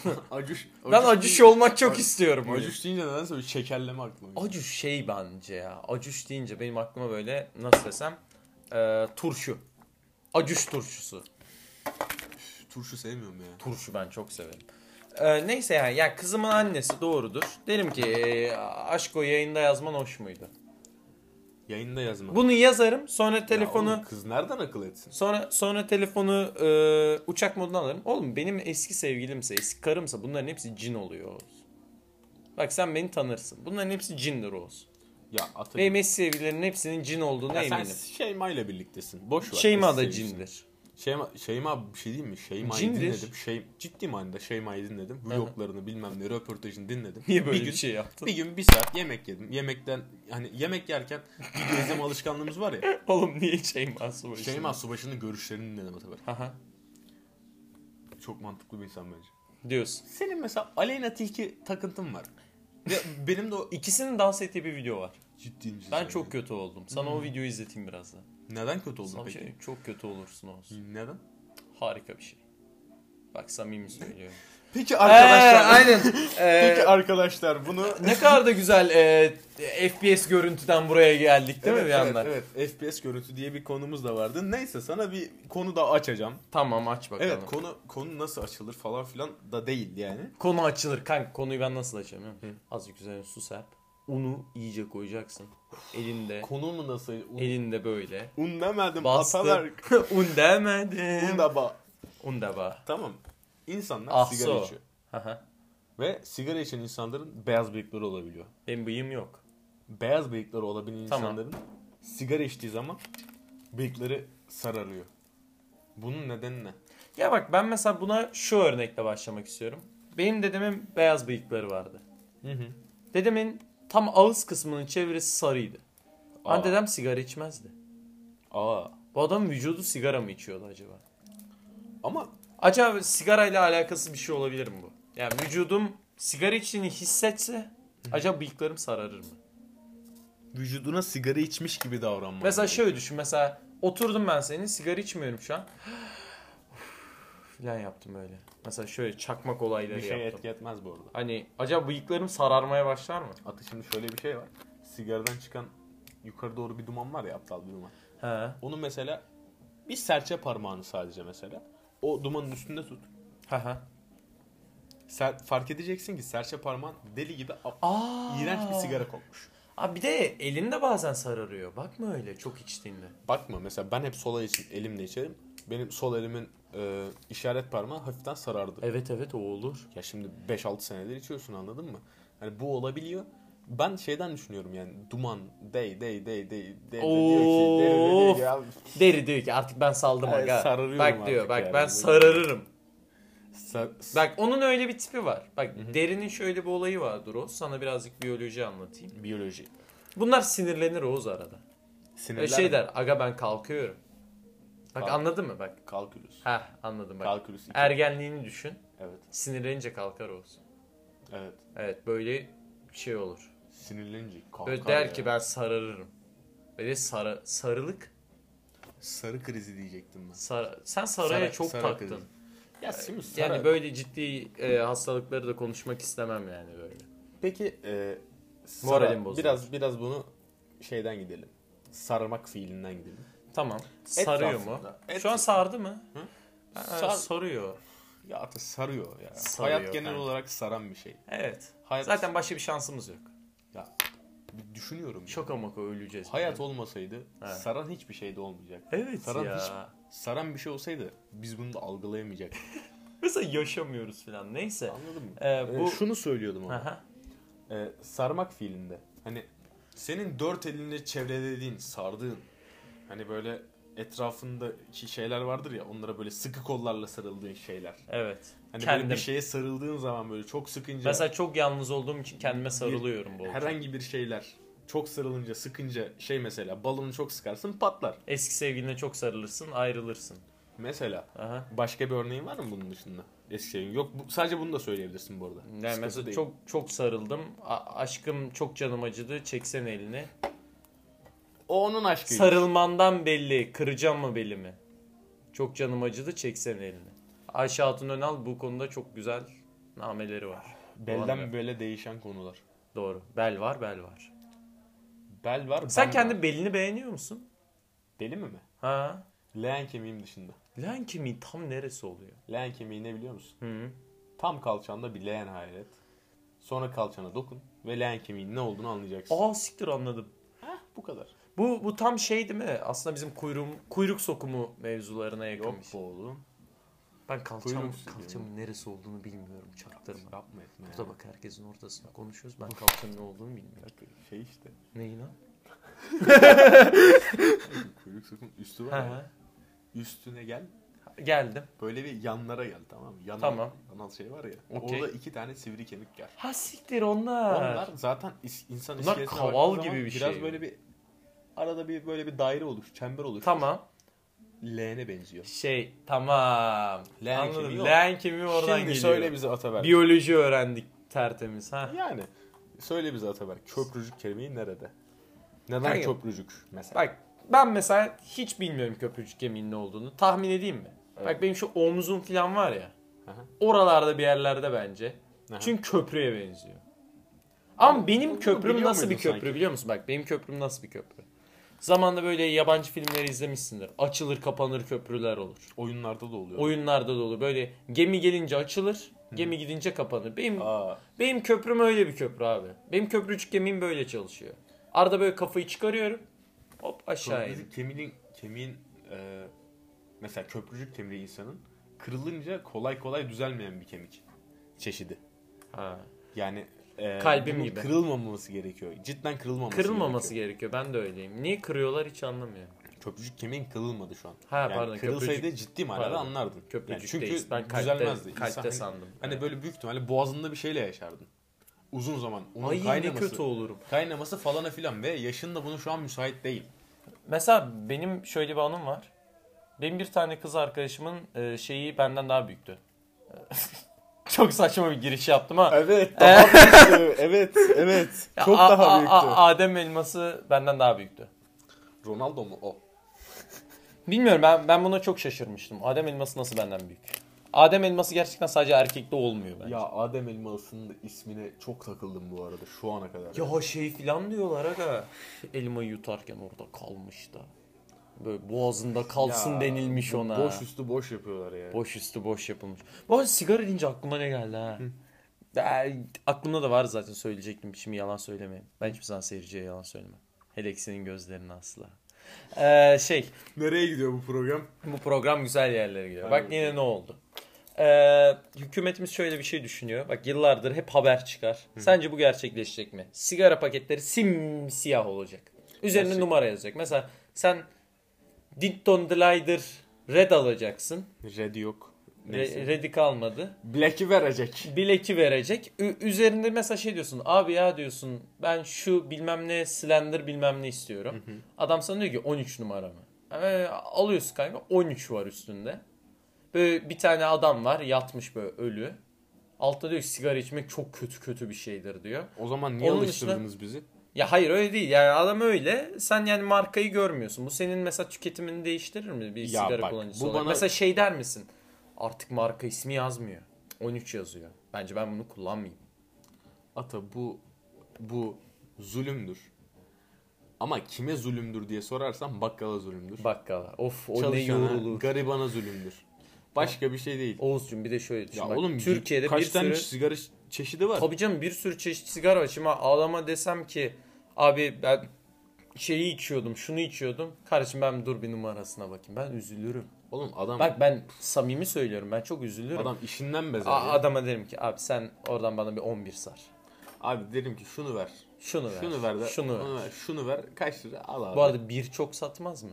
Speaker 1: acuş.
Speaker 2: Ben acuş olmak çok
Speaker 1: Ac-
Speaker 2: istiyorum. bugün.
Speaker 1: Acuş deyince nedense bir şekerleme aklıma. geliyor.
Speaker 2: Acuş şey bence ya. Acuş deyince benim aklıma böyle nasıl desem e, turşu. Acış turşusu.
Speaker 1: Turşu sevmiyorum ya.
Speaker 2: Turşu ben çok severim. E, neyse yani, yani kızımın annesi doğrudur. Derim ki e, aşk o yayında yazman hoş muydu?
Speaker 1: Yayında yazma.
Speaker 2: Bunu yazarım sonra
Speaker 1: Ya
Speaker 2: telefonu
Speaker 1: oğlum, kız nereden akıl etsin?
Speaker 2: sonra sonra telefonu e, uçak moduna alırım. Oğlum benim eski sevgilimse eski karımsa bunların hepsi cin oluyor. Oğuz. Bak sen beni tanırsın. Bunların hepsi cindir Oğuz.
Speaker 1: Ya atın.
Speaker 2: Benim eski sevgililerin hepsinin cin olduğuna
Speaker 1: Ya sen
Speaker 2: eminim.
Speaker 1: Şeyma ile birliktesin. Boş ver.
Speaker 2: Şeyma
Speaker 1: Nasıl
Speaker 2: da
Speaker 1: seviyorsun?
Speaker 2: cindir.
Speaker 1: Şeyma, Şeyma bir şey diyeyim mi? Şeyma'yı
Speaker 2: Cindir.
Speaker 1: dinledim. Şey, ciddi manada Şeyma'yı dinledim. Vloglarını bilmem ne röportajını dinledim.
Speaker 2: Niye böyle
Speaker 1: bir
Speaker 2: bir,
Speaker 1: gün,
Speaker 2: şey yaptın?
Speaker 1: bir gün bir saat yemek yedim. Yemekten hani yemek yerken bir gözlem alışkanlığımız var ya.
Speaker 2: Oğlum niye Şeyma Subaşı?
Speaker 1: Şeyma Subaşı'nın görüşlerini dinledim bu sefer.
Speaker 2: Aha,
Speaker 1: Çok mantıklı bir insan bence.
Speaker 2: diyorsun.
Speaker 1: Senin mesela Aleyna Tilki takıntın var. Ve benim de o
Speaker 2: İkisinin dans ettiği bir video var.
Speaker 1: ciddi misin
Speaker 2: Ben
Speaker 1: sen
Speaker 2: çok
Speaker 1: ya?
Speaker 2: kötü oldum. Sana o videoyu izleteyim birazdan.
Speaker 1: Neden kötü oldun
Speaker 2: Sana
Speaker 1: Hmm. peki?
Speaker 2: şey- çok kötü olursun Oğuz.
Speaker 1: Neden?
Speaker 2: Harika bir şey. Bak samimi söylüyorum.
Speaker 1: Peki
Speaker 2: Arkadaşlar
Speaker 1: arkadaşlar.
Speaker 2: Ee, aynen. Ee,
Speaker 1: Peki arkadaşlar bunu
Speaker 2: ne kadar da güzel e, FPS görüntüden buraya geldik değil mi bir
Speaker 1: evet,
Speaker 2: yandan?
Speaker 1: Evet, evet. FPS görüntü diye bir konumuz da vardı. Neyse sana bir konu daha açacağım.
Speaker 2: Tamam aç bakalım.
Speaker 1: Evet konu konu nasıl açılır falan filan da değil yani.
Speaker 2: Konu açılır kanka. Konuyu ben nasıl açacağım? biliyor musun? Azıcık üzerine su serp. Unu iyice koyacaksın. Elinde.
Speaker 1: Konu mu nasıl? Un,
Speaker 2: elinde böyle.
Speaker 1: un demedim
Speaker 2: Bastın.
Speaker 1: Ataberk.
Speaker 2: Un demedim.
Speaker 1: Un da ba.
Speaker 2: Un da ba.
Speaker 1: Tamam. İnsanlar
Speaker 2: Ah,
Speaker 1: sigara
Speaker 2: so.
Speaker 1: içiyor.
Speaker 2: Aha.
Speaker 1: Ve sigara içen insanların beyaz bıyıkları olabiliyor.
Speaker 2: Benim bıyığım yok.
Speaker 1: Beyaz bıyıkları olabilen
Speaker 2: Tamam.
Speaker 1: insanların sigara içtiği zaman bıyıkları sararıyor. Bunun nedeni ne?
Speaker 2: Ya bak ben mesela buna şu örnekle başlamak istiyorum. Benim dedemin beyaz bıyıkları vardı. Dedemin tam ağız kısmının çevresi sarıydı. Ama
Speaker 1: Aa.
Speaker 2: dedem sigara içmezdi.
Speaker 1: Aa.
Speaker 2: Bu adamın vücudu sigara mı içiyordu acaba?
Speaker 1: Ama
Speaker 2: Acaba sigarayla alakası bir şey olabilir mi bu? Yani vücudum sigara içtiğini hissetse acaba bıyıklarım sararır mı?
Speaker 1: vücuduna sigara içmiş gibi davranmak.
Speaker 2: Mesela şöyle düşün mesela oturdum ben senin sigara içmiyorum şu an. Filan yaptım öyle. Mesela şöyle çakmak olayları
Speaker 1: bir şey
Speaker 2: yaptım.
Speaker 1: etki etmez bu arada.
Speaker 2: Hani acaba bıyıklarım sararmaya başlar mı?
Speaker 1: Atı şimdi şöyle bir şey var. Sigaradan çıkan yukarı doğru bir duman var ya aptal bir duman.
Speaker 2: He.
Speaker 1: Onu mesela bir serçe parmağını sadece mesela o dumanın üstünde tut.
Speaker 2: Haha.
Speaker 1: Ser, fark edeceksin ki serçe parmağın deli gibi ap-
Speaker 2: Aa.
Speaker 1: iğrenç bir sigara kokmuş.
Speaker 2: Aa, bir de elin de bazen sararıyor. Bakma öyle çok içtiğinde.
Speaker 1: Bakma mesela ben hep sol el için elimle içerim. Benim sol elimin e, işaret parmağı hafiften sarardı.
Speaker 2: Evet evet o olur.
Speaker 1: Ya şimdi 5-6 senedir içiyorsun anladın mı? Hani bu olabiliyor. Ben şeyden düşünüyorum yani duman dey dey dey dey dey de diyor ki dey de diyor
Speaker 2: Of.
Speaker 1: ki ya
Speaker 2: Deri diyor ki artık ben saldım
Speaker 1: Ay,
Speaker 2: aga.
Speaker 1: sararıyorum
Speaker 2: Bak diyor
Speaker 1: artık
Speaker 2: bak
Speaker 1: yani.
Speaker 2: ben sararırım.
Speaker 1: sar-
Speaker 2: Bak onun öyle bir tipi var. Bak derinin şöyle bir olayı vardır o. Sana birazcık biyoloji anlatayım.
Speaker 1: biyoloji.
Speaker 2: Bunlar sinirlenir Oğuz arada.
Speaker 1: Sinirler
Speaker 2: Ve şey der aga ben kalkıyorum. Bak
Speaker 1: Kalk.
Speaker 2: anladın mı bak.
Speaker 1: Kalkülüs.
Speaker 2: Heh anladım bak. Er-
Speaker 1: Kalkülüs. iki.
Speaker 2: Ergenliğini düşün.
Speaker 1: Evet.
Speaker 2: Sinirlenince kalkar Oğuz.
Speaker 1: Evet.
Speaker 2: Evet böyle şey olur.
Speaker 1: Sinirlenince kalkar.
Speaker 2: Böyle der
Speaker 1: ya.
Speaker 2: ki ben sararırım. Böyle sarı, sarılık.
Speaker 1: sarı krizi diyecektim ben.
Speaker 2: sar- sen saraya
Speaker 1: Saray-
Speaker 2: çok
Speaker 1: saray
Speaker 2: taktın.
Speaker 1: krizi. Ya şimdi
Speaker 2: Yani
Speaker 1: saray-
Speaker 2: böyle ciddi e, hastalıkları da konuşmak istemem yani böyle.
Speaker 1: Peki e, saray-
Speaker 2: Moralim bozuldu.
Speaker 1: Biraz biraz bunu şeyden gidelim. Sarmak fiilinden gidelim.
Speaker 2: Tamam. Sarıyor mu?
Speaker 1: aslında. Et-
Speaker 2: Şu an sardı mı? Ee,
Speaker 1: Hı?
Speaker 2: Ha,
Speaker 1: Sar-
Speaker 2: sarıyor.
Speaker 1: Ya artık sarıyor ya.
Speaker 2: Sarıyor
Speaker 1: Hayat genel
Speaker 2: kanka.
Speaker 1: olarak saran bir şey.
Speaker 2: Evet.
Speaker 1: Hayat
Speaker 2: Zaten başka bir şansımız yok.
Speaker 1: ya bir düşünüyorum. ya.
Speaker 2: Şoka moka öleceğiz.
Speaker 1: Hayat olmasaydı
Speaker 2: Evet.
Speaker 1: saran hiçbir şey de olmayacaktı.
Speaker 2: Evet
Speaker 1: Saran
Speaker 2: ya.
Speaker 1: hiç- saran bir şey olsaydı biz bunu da algılayamayacaktık.
Speaker 2: Mesela yaşamıyoruz falan. Neyse.
Speaker 1: Anladın mı?
Speaker 2: Ee, bu...
Speaker 1: Ee, şunu söylüyordum ama.
Speaker 2: Aha.
Speaker 1: Ee, sarmak fiilinde. Hani senin dört elinle çevrelediğin, sardığın. Hani böyle etrafındaki şeyler vardır ya onlara böyle sıkı kollarla sarıldığın şeyler.
Speaker 2: Evet.
Speaker 1: Hani
Speaker 2: Kendim.
Speaker 1: böyle bir şeye sarıldığın zaman böyle çok sıkınca
Speaker 2: Mesela çok yalnız olduğum için kendime sarılıyorum bu.
Speaker 1: herhangi bir şeyler çok sarılınca sıkınca şey mesela balonu çok sıkarsın patlar.
Speaker 2: Eski sevgiline çok sarılırsın, ayrılırsın.
Speaker 1: Mesela
Speaker 2: Aha.
Speaker 1: Başka bir örneğin var mı bunun dışında? Eski sevgilin. Yok bu, sadece bunu da söyleyebilirsin bu arada.
Speaker 2: Yani
Speaker 1: Sıkıntı
Speaker 2: mesela
Speaker 1: değil.
Speaker 2: çok çok sarıldım. A- aşkım çok canım acıdı. Çeksen elini.
Speaker 1: O onun aşkıymış.
Speaker 2: Sarılmandan belli. Kıracağım mı belimi? Çok canım acıdı. Çeksen elini. Ayşe Hatun Önal bu konuda çok güzel nameleri var.
Speaker 1: Belden böyle değişen konular.
Speaker 2: Doğru. Bel var, bel var.
Speaker 1: Bel var.
Speaker 2: Sen
Speaker 1: ben
Speaker 2: kendi
Speaker 1: var.
Speaker 2: belini beğeniyor musun?
Speaker 1: Deli mi mi?
Speaker 2: Ha.
Speaker 1: Leğen kemiğim dışında.
Speaker 2: Leğen kemiği tam neresi oluyor?
Speaker 1: Leğen kemiği ne biliyor musun?
Speaker 2: Hı.
Speaker 1: Tam kalçanda bir leğen hayal et. Sonra kalçana dokun ve leğen kemiğin ne olduğunu anlayacaksın.
Speaker 2: Aa siktir anladım.
Speaker 1: Heh, bu kadar.
Speaker 2: Bu bu tam şey değil mi? Aslında bizim kuyruğum, kuyruk sokumu mevzularına
Speaker 1: Yok
Speaker 2: yakınmış.
Speaker 1: bu oğlum.
Speaker 2: Ben kalçam,
Speaker 1: Kuyruk sokumu.
Speaker 2: kalçamın neresi olduğunu bilmiyorum. Çaktırma.
Speaker 1: Yapma etme.
Speaker 2: Burada bak herkesin ortasında konuşuyoruz. Ben kalçanın ne olduğunu bilmiyorum.
Speaker 1: Bak, Şey işte.
Speaker 2: Neyi lan?
Speaker 1: Kuyruk sokunun üstü
Speaker 2: Ha,
Speaker 1: var ya.
Speaker 2: ha.
Speaker 1: Üstüne gel.
Speaker 2: Geldim.
Speaker 1: Böyle bir yanlara gel tamam mı? Yanal,
Speaker 2: Tamam.
Speaker 1: yanal şey var ya.
Speaker 2: Okey.
Speaker 1: Orada iki tane sivri kemik var.
Speaker 2: Ha siktir onlar.
Speaker 1: Onlar zaten is- insan
Speaker 2: Bunlar
Speaker 1: iskelesine
Speaker 2: kaval
Speaker 1: baktığın
Speaker 2: gibi
Speaker 1: zaman
Speaker 2: bir şey.
Speaker 1: Biraz böyle bir arada bir böyle bir daire oluşur, çember oluşur.
Speaker 2: Tamam.
Speaker 1: Leğene benziyor.
Speaker 2: Şey tamam.
Speaker 1: Leğen
Speaker 2: Anladım.
Speaker 1: kemiği o.
Speaker 2: Leğen kemiği oradan
Speaker 1: Şimdi
Speaker 2: geliyor.
Speaker 1: söyle bize Ataberk.
Speaker 2: Biyoloji öğrendik tertemiz ha.
Speaker 1: Yani söyle bize Ataberk. Köprücük kemiği nerede? Neden
Speaker 2: Kanka-
Speaker 1: köprücük mesela?
Speaker 2: Bak ben mesela hiç bilmiyorum köprücük kemiğinin ne olduğunu. Tahmin edeyim mi? Bak benim şu omzum falan var ya.
Speaker 1: Aha.
Speaker 2: Oralarda bir yerlerde bence.
Speaker 1: Aha.
Speaker 2: Çünkü köprüye benziyor. Ama benim
Speaker 1: bunu
Speaker 2: köprüm
Speaker 1: biliyor
Speaker 2: nasıl bir
Speaker 1: muydun
Speaker 2: köprü
Speaker 1: sanki?
Speaker 2: biliyor musun? Bak benim köprüm nasıl bir köprü? Zamanında böyle yabancı filmleri izlemişsindir. Açılır kapanır köprüler olur.
Speaker 1: Oyunlarda da oluyor.
Speaker 2: Oyunlarda da olur. Böyle gemi gelince açılır, gemi gidince kapanır. Benim
Speaker 1: Aa,
Speaker 2: benim köprüm öyle bir köprü abi. Benim köprücük gemiğim böyle çalışıyor. Arada böyle kafayı çıkarıyorum. Hop aşağı in.
Speaker 1: köprücük kemiğin, kemiğin e, mesela köprücük kemiği insanın kırılınca kolay kolay düzelmeyen bir kemik çeşidi.
Speaker 2: Ha.
Speaker 1: Yani e,
Speaker 2: Kalbim
Speaker 1: bunun
Speaker 2: gibi.
Speaker 1: Kırılmaması gerekiyor. Cidden kırılmaması
Speaker 2: Kırılmaması gerekiyor. Ben de öyleyim. Niye kırıyorlar hiç anlamıyorum.
Speaker 1: Köprücük kemiğin kırılmadı şu an.
Speaker 2: Ha,
Speaker 1: yani
Speaker 2: pardon,
Speaker 1: Kırılsaydı
Speaker 2: köprücük-
Speaker 1: ciddi manada
Speaker 2: Pardon.
Speaker 1: anlardın. Yani
Speaker 2: Köprücük
Speaker 1: çünkü
Speaker 2: değil. Ben
Speaker 1: düzelmezdi.
Speaker 2: kalpte,
Speaker 1: İnsan
Speaker 2: kalpte
Speaker 1: hani-
Speaker 2: sandım.
Speaker 1: Hani
Speaker 2: Evet.
Speaker 1: böyle büyük ihtimalle boğazında bir şeyle yaşardın. Uzun zaman. Onun
Speaker 2: Ay ne
Speaker 1: kaynaması,
Speaker 2: kötü olurum.
Speaker 1: kaynaması falana filan ve yaşın da bunu şu an müsait değil.
Speaker 2: Mesela benim şöyle bir anım var. Benim bir tane kız arkadaşımın e, şeyi benden daha büyüktü. Çok saçma bir giriş yaptım ha.
Speaker 1: Evet daha büyüktü. Evet evet.
Speaker 2: Ya, a- a- a- Adem elması benden daha büyüktü.
Speaker 1: Ronaldo mu o?
Speaker 2: Bilmiyorum ben ben buna çok şaşırmıştım. Adem elması nasıl benden büyük? Adem elması gerçekten sadece erkekte olmuyor bence.
Speaker 1: Ya Adem Elmas'ın da ismine çok takıldım bu arada şu ana kadar.
Speaker 2: Ya şey filan diyorlar aga. Elmayı yutarken orada kalmış da. Böyle boğazında kalsın
Speaker 1: Ya,
Speaker 2: denilmiş
Speaker 1: bu
Speaker 2: ona.
Speaker 1: Boş üstü boş yapıyorlar ya.
Speaker 2: Boş üstü boş yapılmış. Bu arada sigara deyince aklıma ne geldi ha? Ya, aklımda da var zaten söyleyecektim. Şimdi yalan söylemeyeyim. Ben hiçbir zaman seyirciye yalan söylemem. Hele ki senin gözlerini asla. Ee, şey
Speaker 1: Nereye gidiyor bu program?
Speaker 2: bu program güzel yerlere gidiyor.
Speaker 1: Hadi
Speaker 2: Bak
Speaker 1: bakalım.
Speaker 2: yine ne oldu? Ee, hükümetimiz şöyle bir şey düşünüyor. Bak yıllardır hep haber çıkar. Sence bu gerçekleşecek mi? Sigara paketleri simsiyah olacak. Üzerine
Speaker 1: Gerçek.
Speaker 2: numara yazacak. Mesela sen Dinton Delider Red alacaksın.
Speaker 1: Red yok. Neyse.
Speaker 2: Re- Red'i kalmadı.
Speaker 1: Black'i verecek.
Speaker 2: Bileki verecek. Ü- üzerinde mesela şey diyorsun. Abi ya diyorsun ben şu bilmem ne slender bilmem ne istiyorum. Adam sana diyor ki 13 numara mı? Ee, alıyorsun kanka 13 var üstünde. Böyle bir tane adam var yatmış böyle ölü. Altta diyor ki sigara içmek çok kötü kötü bir şeydir diyor.
Speaker 1: O zaman niye
Speaker 2: Onun
Speaker 1: alıştırdınız bizi?
Speaker 2: Ya hayır öyle değil yani adam öyle sen yani markayı görmüyorsun. Bu senin mesela tüketimini değiştirir mi bir
Speaker 1: Ya
Speaker 2: sigara
Speaker 1: bak,
Speaker 2: kullanıcısı
Speaker 1: bu
Speaker 2: olarak?
Speaker 1: bana-
Speaker 2: Mesela şey der misin artık marka ismi yazmıyor 13 yazıyor. Bence ben bunu kullanmayayım.
Speaker 1: Ata bu bu zulümdür. Ama kime zulümdür diye sorarsam bakkala zulümdür.
Speaker 2: Bakkala. Of o ne
Speaker 1: Çalışana,
Speaker 2: yorulur.
Speaker 1: Garibana zulümdür. Başka bir şey değil.
Speaker 2: Oğuzcum bir de şöyle düşün.
Speaker 1: Ya
Speaker 2: bak,
Speaker 1: oğlum
Speaker 2: Türkiye'de
Speaker 1: kaç
Speaker 2: bir
Speaker 1: tane
Speaker 2: sürü
Speaker 1: sigara ç- çeşidi var?
Speaker 2: tabii canım bir sürü çeşit sigara var. Şimdi ağlama desem ki abi ben şeyi içiyordum, şunu içiyordum. Kardeşim ben dur bir numarasına bakayım. Ben üzülürüm.
Speaker 1: Oğlum adam
Speaker 2: Bak ben samimi söylüyorum. Ben çok üzülürüm.
Speaker 1: adam işinden bezer.
Speaker 2: A-
Speaker 1: ya.
Speaker 2: adama derim ki abi sen oradan bana bir 11 sar.
Speaker 1: Abi derim ki şunu ver.
Speaker 2: Şunu ver.
Speaker 1: Şunu ver de.
Speaker 2: Şunu ver.
Speaker 1: onu ver. Şunu ver. Kaç lira? Al abi.
Speaker 2: Bu arada bir çok satmaz mı?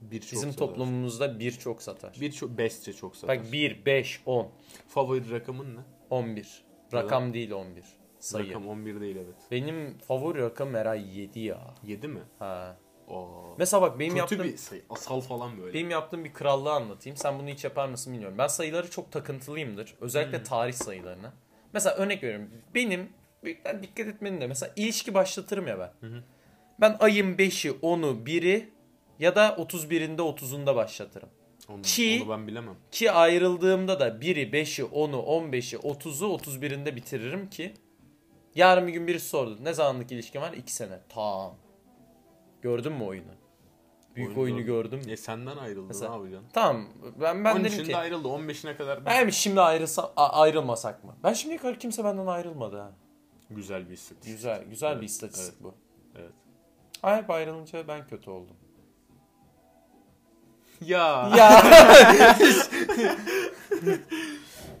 Speaker 1: bir çok
Speaker 2: Bizim
Speaker 1: satar.
Speaker 2: toplumumuzda bir çok satar.
Speaker 1: bir çok besçe çok satar.
Speaker 2: Bak 1, 5, 10,
Speaker 1: Favori rakamın ne?
Speaker 2: 11. Rakam değil 11. Sayı.
Speaker 1: Rakam 11 değil evet.
Speaker 2: Benim favori rakam her ay 7 ya.
Speaker 1: 7 mi?
Speaker 2: Ha.
Speaker 1: Oo.
Speaker 2: Mesela bak benim
Speaker 1: Kötü
Speaker 2: yaptığım
Speaker 1: bir sayı. Asal falan böyle.
Speaker 2: benim yaptığım bir krallığı anlatayım. Sen bunu hiç yapar mısın bilmiyorum. Ben sayıları çok takıntılıyımdır. Özellikle
Speaker 1: Hmm.
Speaker 2: tarih sayılarına. Mesela örnek veriyorum. Benim büyükler dikkat etmenin de mesela ilişki başlatırım ya ben. Ben ayın 5'i, 10'u, 1'i ya da 31'inde 30'unda başlatırım.
Speaker 1: Onu,
Speaker 2: Ki-
Speaker 1: onu ben bilemem.
Speaker 2: Ki ayrıldığımda da 1'i, 5'i, 10'u, 15'i, 30'u, 31'inde bitiririm ki yarın bir gün birisi sordu. Ne zamanlık ilişkin var? 2 sene. Tamam. Gördün mü oyunu? Büyük
Speaker 1: Oyunu
Speaker 2: oyunu
Speaker 1: gördüm.
Speaker 2: gördüm.
Speaker 1: E senden ayrıldı
Speaker 2: Mesela-
Speaker 1: ne yapacaksın?
Speaker 2: Tamam ben ben
Speaker 1: Onun
Speaker 2: dedim
Speaker 1: için
Speaker 2: ki
Speaker 1: de ayrıldı 15'ine kadar
Speaker 2: ben şimdi ayrılsa a- ayrılmasak mı? Ben şimdiye kadar kimse benden ayrılmadı ha.
Speaker 1: güzel bir istatistik.
Speaker 2: Güzel güzel bir
Speaker 1: Evet,
Speaker 2: istatistik bu.
Speaker 1: Evet.
Speaker 2: Ay hep ayrılınca ben kötü oldum.
Speaker 1: Ya.
Speaker 2: Ya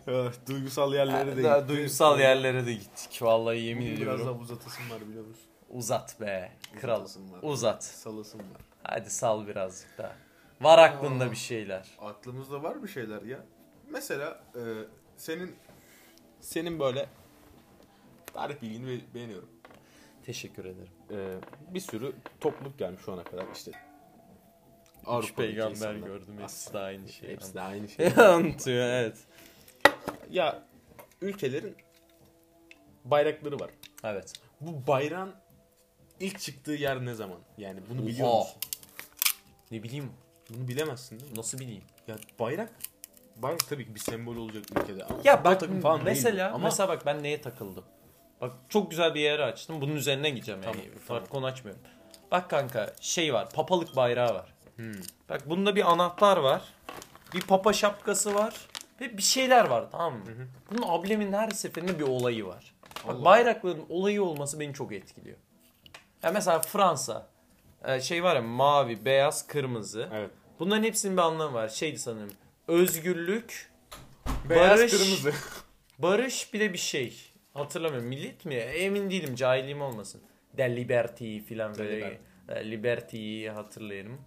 Speaker 1: Ah, Duygusal yerlere de
Speaker 2: Daha
Speaker 1: gitti.
Speaker 2: duygusal yerlere de gittik vallahi yemin
Speaker 1: Biraz daha
Speaker 2: ediyorum.
Speaker 1: uzatasın var biliyor musun?
Speaker 2: Uzat be kral.
Speaker 1: Uzatasın var.
Speaker 2: Uzat.
Speaker 1: Salasın var.
Speaker 2: Hadi sal birazcık daha. Var aklında bir şeyler.
Speaker 1: Aklımızda var bir şeyler ya. Mesela e, senin senin böyle tarih bilgini be- beğeniyorum.
Speaker 2: Teşekkür ederim.
Speaker 1: E, bir sürü topluluk gelmiş şu ana kadar işte.
Speaker 2: Üç peygamber
Speaker 1: insanlar.
Speaker 2: gördüm hepsi
Speaker 1: Aslında
Speaker 2: de aynı şey.
Speaker 1: Hepsi de aynı şey.
Speaker 2: Anlatıyor evet.
Speaker 1: ya ülkelerin bayrakları var.
Speaker 2: Evet.
Speaker 1: Bu bayrağın ilk çıktığı yer ne zaman? Yani bunu biliyor
Speaker 2: Oha.
Speaker 1: musun?
Speaker 2: Ne bileyim
Speaker 1: Bunu bilemezsin değil mi?
Speaker 2: nasıl bileyim.
Speaker 1: Ya bayrak bayrak tabii ki bir sembol olacak ülkede. Ama
Speaker 2: Ya
Speaker 1: futbol
Speaker 2: bak
Speaker 1: takımı falan değil
Speaker 2: mesela
Speaker 1: bu.
Speaker 2: mesela bak ben neye takıldım. Bak çok güzel bir yere açtım. Bunun üzerine gideceğim yani.
Speaker 1: Tamam,
Speaker 2: Farklı
Speaker 1: tamam.
Speaker 2: konu açmıyorum. Bak kanka şey var. Papalık bayrağı var.
Speaker 1: Hmm.
Speaker 2: Bak bunda bir anahtar var. Bir papa şapkası var. Ve bir şeyler var tamam mı? Bunun ablemin her seferinde bir olayı var. Bak
Speaker 1: Allah.
Speaker 2: bayrakların olayı olması beni çok etkiliyor. Ya mesela Fransa. e, Şey var ya mavi, beyaz, kırmızı.
Speaker 1: Evet.
Speaker 2: Bunların hepsinin bir anlamı var. Şeydi sanırım. Özgürlük,
Speaker 1: Beyaz
Speaker 2: Barış-
Speaker 1: kırmızı.
Speaker 2: Barış bir de bir şey. Hatırlamıyorum. Millet mi? Emin değilim. Cahilliğim olmasın. De Liberty filan böyle. E, Liberty'yi hatırlayırım.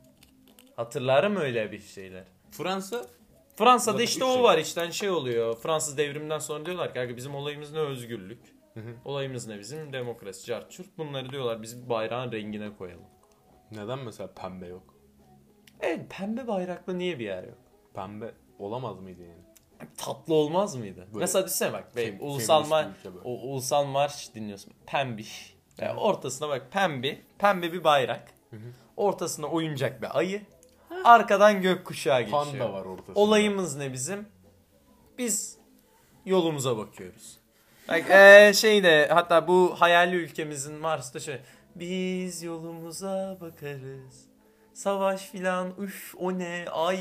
Speaker 2: Hatırlarım öyle bir şeyler.
Speaker 1: Fransa
Speaker 2: Fransa'da
Speaker 1: Zaten
Speaker 2: işte
Speaker 1: üç
Speaker 2: o
Speaker 1: şey.
Speaker 2: var işte hani şey oluyor. Fransız devriminden sonra diyorlar ki "Kanka bizim olayımız ne özgürlük.
Speaker 1: hı.
Speaker 2: Olayımız ne bizim demokrasi, carçurt. Bunları diyorlar biz bir bayrağın rengine koyalım.
Speaker 1: neden mesela pembe yok?
Speaker 2: Evet E, pembe bayraklı niye bir yer yok?
Speaker 1: Pembe olamaz mıydı yani?
Speaker 2: Tatlı olmaz mıydı?
Speaker 1: Böyle
Speaker 2: Mesela düşünsene bak be,
Speaker 1: fem-
Speaker 2: ulusal, ma-
Speaker 1: feminist bir ülke böyle.
Speaker 2: o, ulusal marş dinliyorsun. Pembiş. Yani ortasına bak pembe, pembe bir bayrak. Ortasına oyuncak bir ayı. Arkadan gökkuşağı geçiyor.
Speaker 1: Panda var ortasında.
Speaker 2: Olayımız ne bizim? Biz yolumuza bakıyoruz. Bak eee, şey de hatta bu hayali ülkemizin Mars'ta şey biz yolumuza bakarız. Savaş filan üf o ne ay.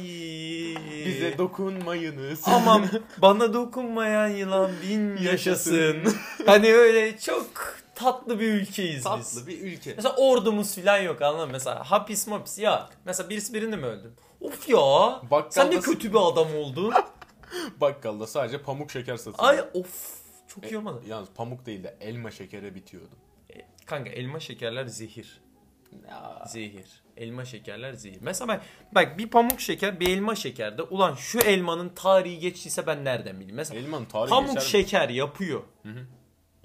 Speaker 1: bize dokunmayınız.
Speaker 2: Aman bana dokunmayan yılan bin yaşasın. hani öyle çok tatlı bir ülkeyiz biz.
Speaker 1: Tatlı bir ülke.
Speaker 2: Mesela ordumuz filan yok anladın mı? Mesela hapis mapis ya. Mesela birisi birini mi öldü? Of ya. sen ne
Speaker 1: Bakkaldasın.
Speaker 2: kötü bir adam oldun.
Speaker 1: Bakkalda sadece pamuk şeker satılıyor. E,
Speaker 2: Ay of. Çok iyi olmadı.
Speaker 1: Yalnız pamuk değil de elma şekere bitiyordu.
Speaker 2: Kanka elma şekerler zehir.
Speaker 1: Ya.
Speaker 2: Zehir. Elma şekerler zehir. Mesela ben, bak bir pamuk şeker bir elma şekerde ulan şu elmanın tarihi geçtiyse ben nereden bileyim? Mesela
Speaker 1: Elmanın tarihi
Speaker 2: Pamuk şey-
Speaker 1: geçer mi?
Speaker 2: şeker yapıyor.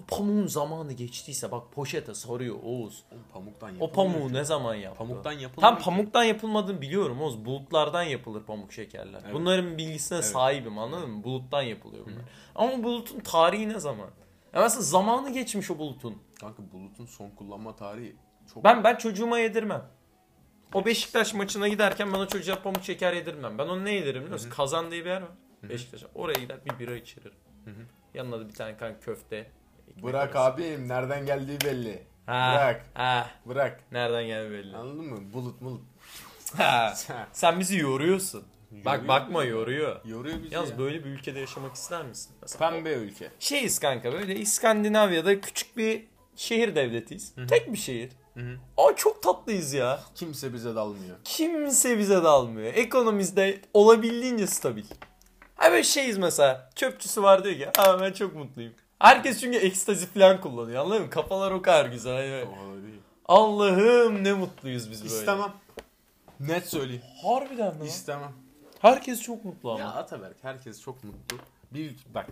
Speaker 2: O pamuğun zamanı geçtiyse bak poşete soruyor Oğuz.
Speaker 1: Oğlum Pamuktan
Speaker 2: O
Speaker 1: yapılıyor.
Speaker 2: pamuğu ne zaman yaptı?
Speaker 1: Pamuktan yapılmıyor
Speaker 2: Tam
Speaker 1: ki.
Speaker 2: pamuktan yapılmadığını biliyorum Oğuz. Bulutlardan yapılır pamuk şekerler.
Speaker 1: Evet.
Speaker 2: Bunların bilgisine sahibim anladın mı? Buluttan yapılıyor bunlar. Ama bulutun tarihi ne zaman? Ya mesela zamanı geçmiş o bulutun.
Speaker 1: Kanka Bulut'un son kullanma tarihi çok
Speaker 2: Ben ben çocuğuma yedirmem. O Beşiktaş maçına giderken ben o çocuğa pamuk şeker yedirmem. Ben onu ne yedirim biliyor musun? Kazan diye bir yer var. Beşiktaş'a. Oraya gider bir bira içerim. Yanına da bir tane kanka köfte. ekmek
Speaker 1: Bırak
Speaker 2: arası.
Speaker 1: abim nereden geldiği belli.
Speaker 2: Ha,
Speaker 1: Bırak.
Speaker 2: ha.
Speaker 1: Bırak.
Speaker 2: Nereden geldi belli.
Speaker 1: Anladın mı? Bulut bulut.
Speaker 2: Ha. Sen bizi yoruyorsun. Bak
Speaker 1: Yoruyor
Speaker 2: bakma yoruyor.
Speaker 1: Yoruyor bizi
Speaker 2: Yalnız
Speaker 1: ya.
Speaker 2: böyle bir ülkede yaşamak ister misin? Mesela
Speaker 1: Pembe ülke.
Speaker 2: şeyiz kanka böyle İskandinavya'da küçük bir şehir devletiyiz. Tek bir şehir.
Speaker 1: hı.
Speaker 2: Aa çok tatlıyız ya.
Speaker 1: Kimse bize dalmıyor.
Speaker 2: Kimse bize dalmıyor. Ekonomimizde olabildiğince stabil. Ha böyle şeyiz mesela. Çöpçüsü var diyor ki Aa, ben çok mutluyum. Herkes çünkü ekstazi falan kullanıyor anladın mı? Kafalar o kadar güzel. Hani böyle, Allah'ım ne mutluyuz biz böyle.
Speaker 1: İstemem. Net söyleyeyim.
Speaker 2: Harbiden mi? lan?
Speaker 1: İstemem.
Speaker 2: Herkes çok mutlu ama.
Speaker 1: Ya Ataberk herkes çok mutlu. Bir bak.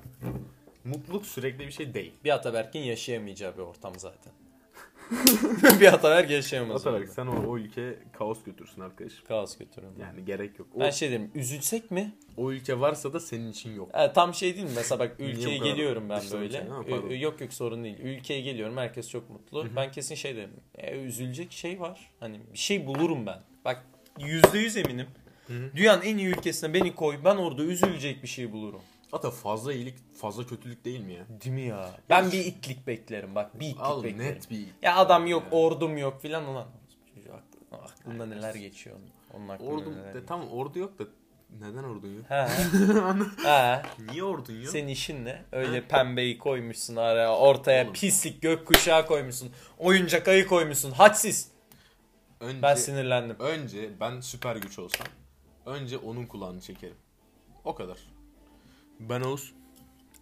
Speaker 1: Mutluluk sürekli bir şey değil.
Speaker 2: Bir Ataberk'in yaşayamayacağı bir ortam zaten. bir Ataberk yaşayamaz.
Speaker 1: Ataberk
Speaker 2: orada.
Speaker 1: sen o, o ülkeye kaos götürsün arkadaşım.
Speaker 2: Kaos götürün.
Speaker 1: Yani gerek yok. O,
Speaker 2: Ben şey dedim üzülsek mi?
Speaker 1: o ülke varsa da senin için yok.
Speaker 2: Ha, tam şey değil mi? Mesela bak
Speaker 1: Niye bu
Speaker 2: ülkeye
Speaker 1: kadar
Speaker 2: geliyorum ben
Speaker 1: dışlamak
Speaker 2: böyle.
Speaker 1: seni? Ha, pardon.
Speaker 2: Ü- ü- yok yok sorun değil. Ülkeye geliyorum herkes çok mutlu. Ben kesin şey dedim. E, üzülecek şey var. Hani bir şey bulurum ben. Bak yüzde yüz eminim. Dünyanın en iyi ülkesine beni koy. Ben orada üzülecek bir şey bulurum.
Speaker 1: Ata fazla iyilik fazla kötülük değil mi ya?
Speaker 2: Değil mi ya? Ben bir itlik beklerim bak. Bir itlik
Speaker 1: Al
Speaker 2: beklerim.
Speaker 1: net bir
Speaker 2: Ya adam yok, ordum yok filan ulan. Çocuğu haklı. Aklında neler geçiyor onun. Onun aklında
Speaker 1: Ordu
Speaker 2: neler
Speaker 1: de,
Speaker 2: geçiyor.
Speaker 1: tam ordu yok da neden ordun yok?
Speaker 2: Ha. ha.
Speaker 1: Niye ordun yok?
Speaker 2: Senin işin ne? Öyle pembeyi koymuşsun araya, ortaya
Speaker 1: Oğlum.
Speaker 2: pislik gökkuşağı koymuşsun, oyuncak ayı koymuşsun, hadsiz.
Speaker 1: Önce
Speaker 2: Ben sinirlendim.
Speaker 1: önce ben süper güç olsam önce onun kulağını çekerim. O kadar. Ben Oğuz.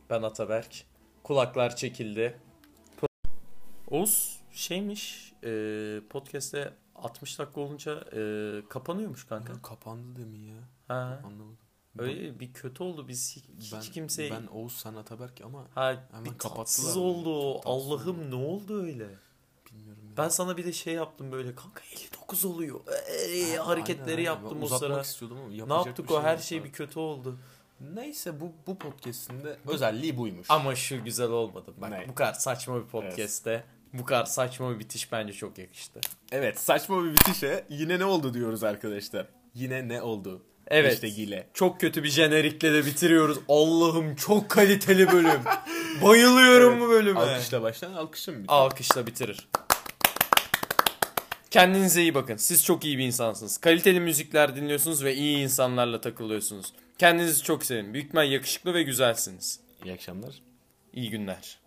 Speaker 2: Ben Ataberk. Kulaklar çekildi. Pro- Oğuz şeymiş, e, podcast'te 60 dakika olunca e, kapanıyormuş kanka.
Speaker 1: Kapandı demin ya.
Speaker 2: Ha.
Speaker 1: Anlamadım.
Speaker 2: Öyle bir kötü oldu biz hiç, hiç
Speaker 1: Ben,
Speaker 2: kimseye...
Speaker 1: ben Oğuz sen Ataberk ama
Speaker 2: Ha,
Speaker 1: Hemen
Speaker 2: bir
Speaker 1: kapattılar
Speaker 2: tatsız
Speaker 1: onu.
Speaker 2: oldu.
Speaker 1: Tatsız
Speaker 2: Allah'ım ne oldu öyle?
Speaker 1: bilmiyorum. ya.
Speaker 2: Ben sana bir de şey yaptım böyle kanka 59 oluyor. Ee,
Speaker 1: Ha,
Speaker 2: hareketleri
Speaker 1: aynen, aynen.
Speaker 2: yaptım
Speaker 1: Ben
Speaker 2: o
Speaker 1: uzatmak
Speaker 2: sıra.
Speaker 1: istiyordum ama
Speaker 2: Ne
Speaker 1: yapacak
Speaker 2: yaptık
Speaker 1: bir
Speaker 2: o her
Speaker 1: yok.
Speaker 2: şey bir kötü oldu.
Speaker 1: Neyse bu bu podcast'inde özelliği buymuş.
Speaker 2: Ama şu güzel olmadı. Bak
Speaker 1: Ne?
Speaker 2: bu kadar saçma bir podcast'te bu kadar saçma bir bitiş bence çok yakıştı.
Speaker 1: Evet saçma bir bitişe yine ne oldu diyoruz arkadaşlar. Yine ne oldu?
Speaker 2: Evet.
Speaker 1: İşte gile.
Speaker 2: Çok kötü bir jenerikle de bitiriyoruz. Allah'ım çok kaliteli bölüm. Bayılıyorum bu bölüme.
Speaker 1: Alkışla başlan alkışım bir
Speaker 2: Alkışla bitirir. Kendinize iyi bakın. Siz çok iyi bir insansınız. Kaliteli müzikler dinliyorsunuz ve iyi insanlarla takılıyorsunuz. Kendinizi çok sevin. Büyük ihtimal yakışıklı ve güzelsiniz.
Speaker 1: İyi akşamlar.
Speaker 2: İyi günler.